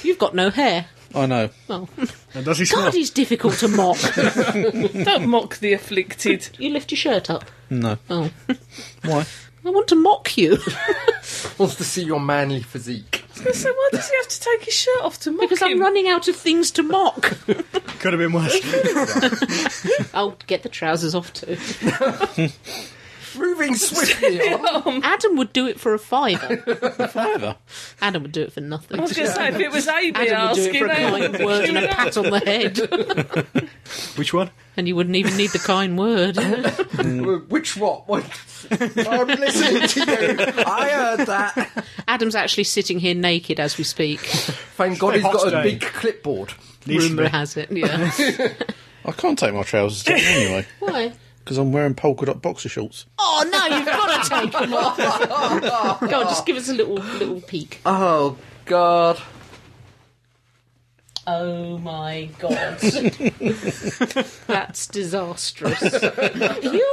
Speaker 5: You've got no hair.
Speaker 1: I know.
Speaker 5: Well,
Speaker 3: And does he smell?
Speaker 5: God, he's difficult to mock.
Speaker 4: Don't mock the afflicted.
Speaker 5: you lift your shirt up.
Speaker 1: No.
Speaker 5: Oh,
Speaker 1: Why?
Speaker 5: I want to mock you
Speaker 2: Wants to see your manly physique.
Speaker 4: So why does he have to take his shirt off to mock
Speaker 5: because I'm
Speaker 4: him?
Speaker 5: running out of things to mock.
Speaker 3: Could have been worse.
Speaker 5: I'll get the trousers off too.
Speaker 2: Moving swiftly on.
Speaker 4: Oh,
Speaker 5: Adam would do it for a fiver.
Speaker 1: Fiver.
Speaker 5: Adam would do it for nothing.
Speaker 4: I was going to say, if it was AB
Speaker 5: Adam would do it
Speaker 4: asking,
Speaker 5: for a
Speaker 4: I
Speaker 5: kind
Speaker 4: would
Speaker 5: word
Speaker 4: do
Speaker 5: and a
Speaker 4: that.
Speaker 5: pat on the head,
Speaker 3: Which one?
Speaker 5: and you wouldn't even need the kind word.
Speaker 2: Which what? What? I'm listening to you. I heard that.
Speaker 5: Adam's actually sitting here naked as we speak.
Speaker 2: Thank God he's
Speaker 3: hot
Speaker 2: got a
Speaker 3: today.
Speaker 2: big clipboard.
Speaker 3: Needs to
Speaker 5: Rumour
Speaker 3: be.
Speaker 5: has it. Yeah.
Speaker 1: I can't take my trousers down anyway
Speaker 5: Why?
Speaker 1: because I'm wearing polka dot boxer shorts.
Speaker 5: Oh no, you've got to take them off. Go on, just give us a little little peek.
Speaker 2: Oh, God.
Speaker 5: Oh my god, that's disastrous. Your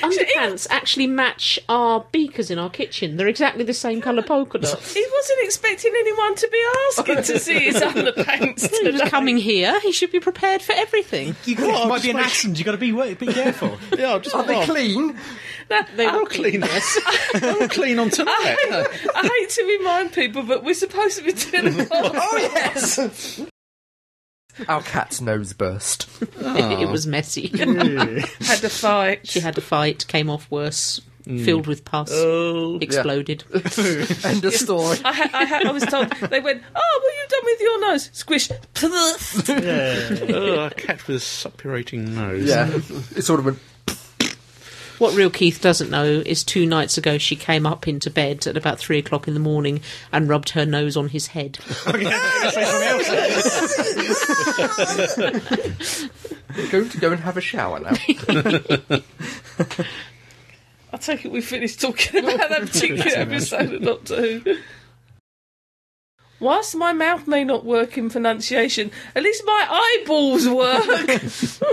Speaker 5: underpants actually match our beakers in our kitchen. They're exactly the same colour polka dots.
Speaker 4: He wasn't expecting anyone to be asking to see his underpants.
Speaker 5: He was coming here. He should be prepared for everything.
Speaker 3: You
Speaker 1: I'll
Speaker 3: might be
Speaker 1: just
Speaker 3: an
Speaker 1: make-
Speaker 3: accident. You've got to be, wa- be careful.
Speaker 1: Yeah, I'll just
Speaker 2: Are they
Speaker 1: oh,
Speaker 2: clean?
Speaker 5: They
Speaker 1: I'll
Speaker 5: will
Speaker 1: clean it.
Speaker 5: Yes.
Speaker 1: I'll clean on tonight.
Speaker 4: I hate to remind people, but we're supposed to be doing a podcast.
Speaker 2: Oh, yes. Our cat's nose burst.
Speaker 5: it was messy.
Speaker 4: had a fight.
Speaker 5: she had a fight. Came off worse. Filled with pus.
Speaker 1: Oh,
Speaker 5: Exploded.
Speaker 2: End of story.
Speaker 4: I, ha- I, ha- I was told they went. Oh, what you done with your nose? Squish. Pfft.
Speaker 1: oh, a cat with a suppurating nose.
Speaker 2: Yeah. It sort of went.
Speaker 5: What real Keith doesn't know is two nights ago she came up into bed at about three o'clock in the morning and rubbed her nose on his head.
Speaker 2: We're going to go and have a shower now.
Speaker 4: I take it we finished talking about that particular episode of Doctor Who. Whilst my mouth may not work in pronunciation, at least my eyeballs work.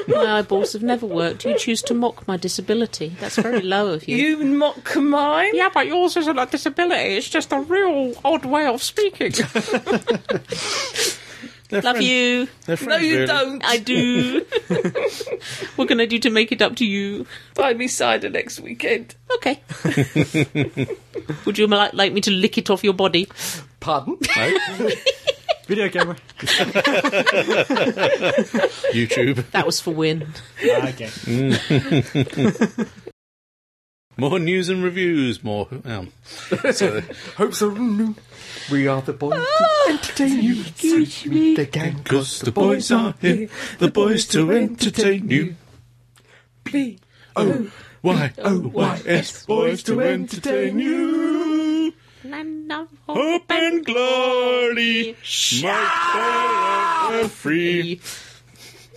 Speaker 5: My eyeballs have never worked. You choose to mock my disability. That's very low of you.
Speaker 4: you mock mine.
Speaker 5: Yeah, but yours isn't a disability. It's just a real odd way of speaking.
Speaker 1: They're
Speaker 5: Love
Speaker 1: friends-
Speaker 5: you.
Speaker 1: They're
Speaker 4: No,
Speaker 1: friends,
Speaker 4: you
Speaker 1: really.
Speaker 4: don't.
Speaker 5: I do. what can I do to make it up to you?
Speaker 4: Buy me cider next weekend.
Speaker 5: Okay. Would you like, like me to lick it off your body?
Speaker 2: Pardon?
Speaker 3: Video camera.
Speaker 1: YouTube.
Speaker 5: That was for win.
Speaker 3: Ah, okay.
Speaker 1: More news and reviews. More. Um, so,
Speaker 2: Hope so. Mm. We are the boys to entertain you. The gang,
Speaker 1: Because the boys are here, the boys to entertain you.
Speaker 4: B.
Speaker 1: Oh, why, oh, why, S, boys to entertain you.
Speaker 5: Land of
Speaker 1: Hope and glory, my forever free.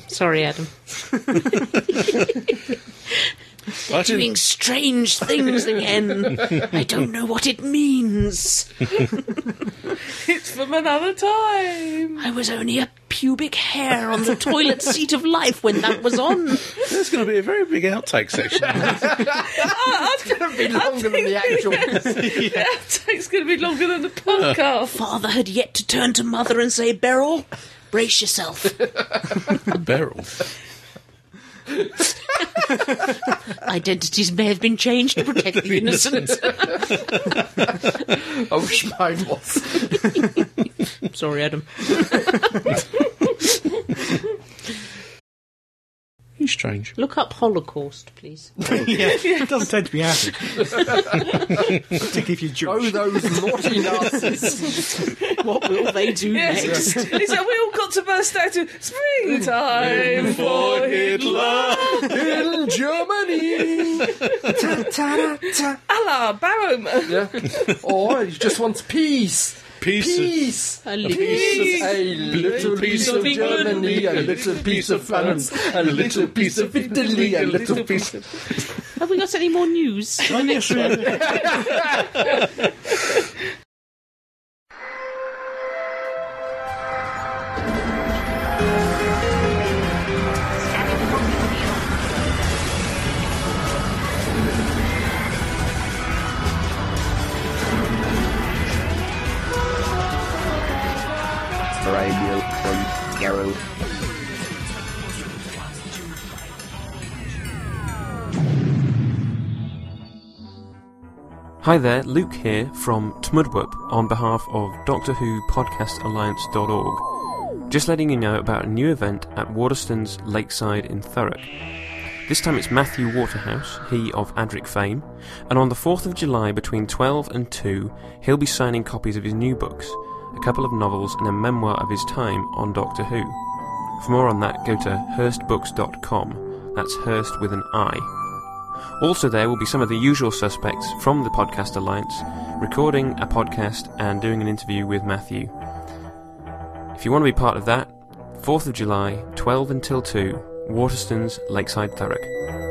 Speaker 5: Sorry, Adam.
Speaker 1: But in,
Speaker 5: Doing strange things again. I don't know what it means.
Speaker 4: It's from another time.
Speaker 5: I was only a pubic hair on the toilet seat of life when that was on.
Speaker 1: there's going to be a very big outtake section.
Speaker 4: It's going to be
Speaker 2: longer than the actual.
Speaker 4: It's going to be longer than the podcast.
Speaker 5: Father had yet to turn to mother and say, Beryl, brace yourself.
Speaker 1: the barrel.
Speaker 5: Identities may have been changed to protect the innocent.
Speaker 2: I wish mine was.
Speaker 5: Sorry, Adam.
Speaker 1: He's strange.
Speaker 5: Look up Holocaust, please.
Speaker 3: yeah. It doesn't tend to be happy. Particularly if you're
Speaker 2: Oh,
Speaker 3: Jewish.
Speaker 2: those naughty Nazis.
Speaker 5: What will they do
Speaker 4: Yes.
Speaker 5: next?
Speaker 4: It's like we all got to burst out to springtime for
Speaker 1: Hitler.
Speaker 2: in Germany. ta, ta, da, ta.
Speaker 4: Allah Barrowman.
Speaker 2: Yeah. Or you just want peace.
Speaker 1: Peace. of-
Speaker 2: Peace.
Speaker 5: A
Speaker 1: piece of-
Speaker 2: A little piece of Germany, a little piece of France, a little piece of Italy, a little piece of.
Speaker 5: Have we got any more news?
Speaker 3: Oh, yes, yeah.
Speaker 8: Radio from Garrow.
Speaker 9: Hi there, Luke here from Tmudwup on behalf of Doctor Who Podcast Alliance.org. Just letting you know about a new event at Waterstones Lakeside in Thurrock. This time it's Matthew Waterhouse, he of Adric fame, and on the 4th of July between 12 and 2, he'll be signing copies of his new books, a couple of novels, and a memoir of his time on Doctor Who. For more on that, go to hurstbooks.com. That's Hurst with an I. Also, there will be some of the usual suspects from the Podcast Alliance recording a podcast and doing an interview with Matthew. If you want to be part of that, 4th of July, 12 until 2, Waterstones, Lakeside Thurrock.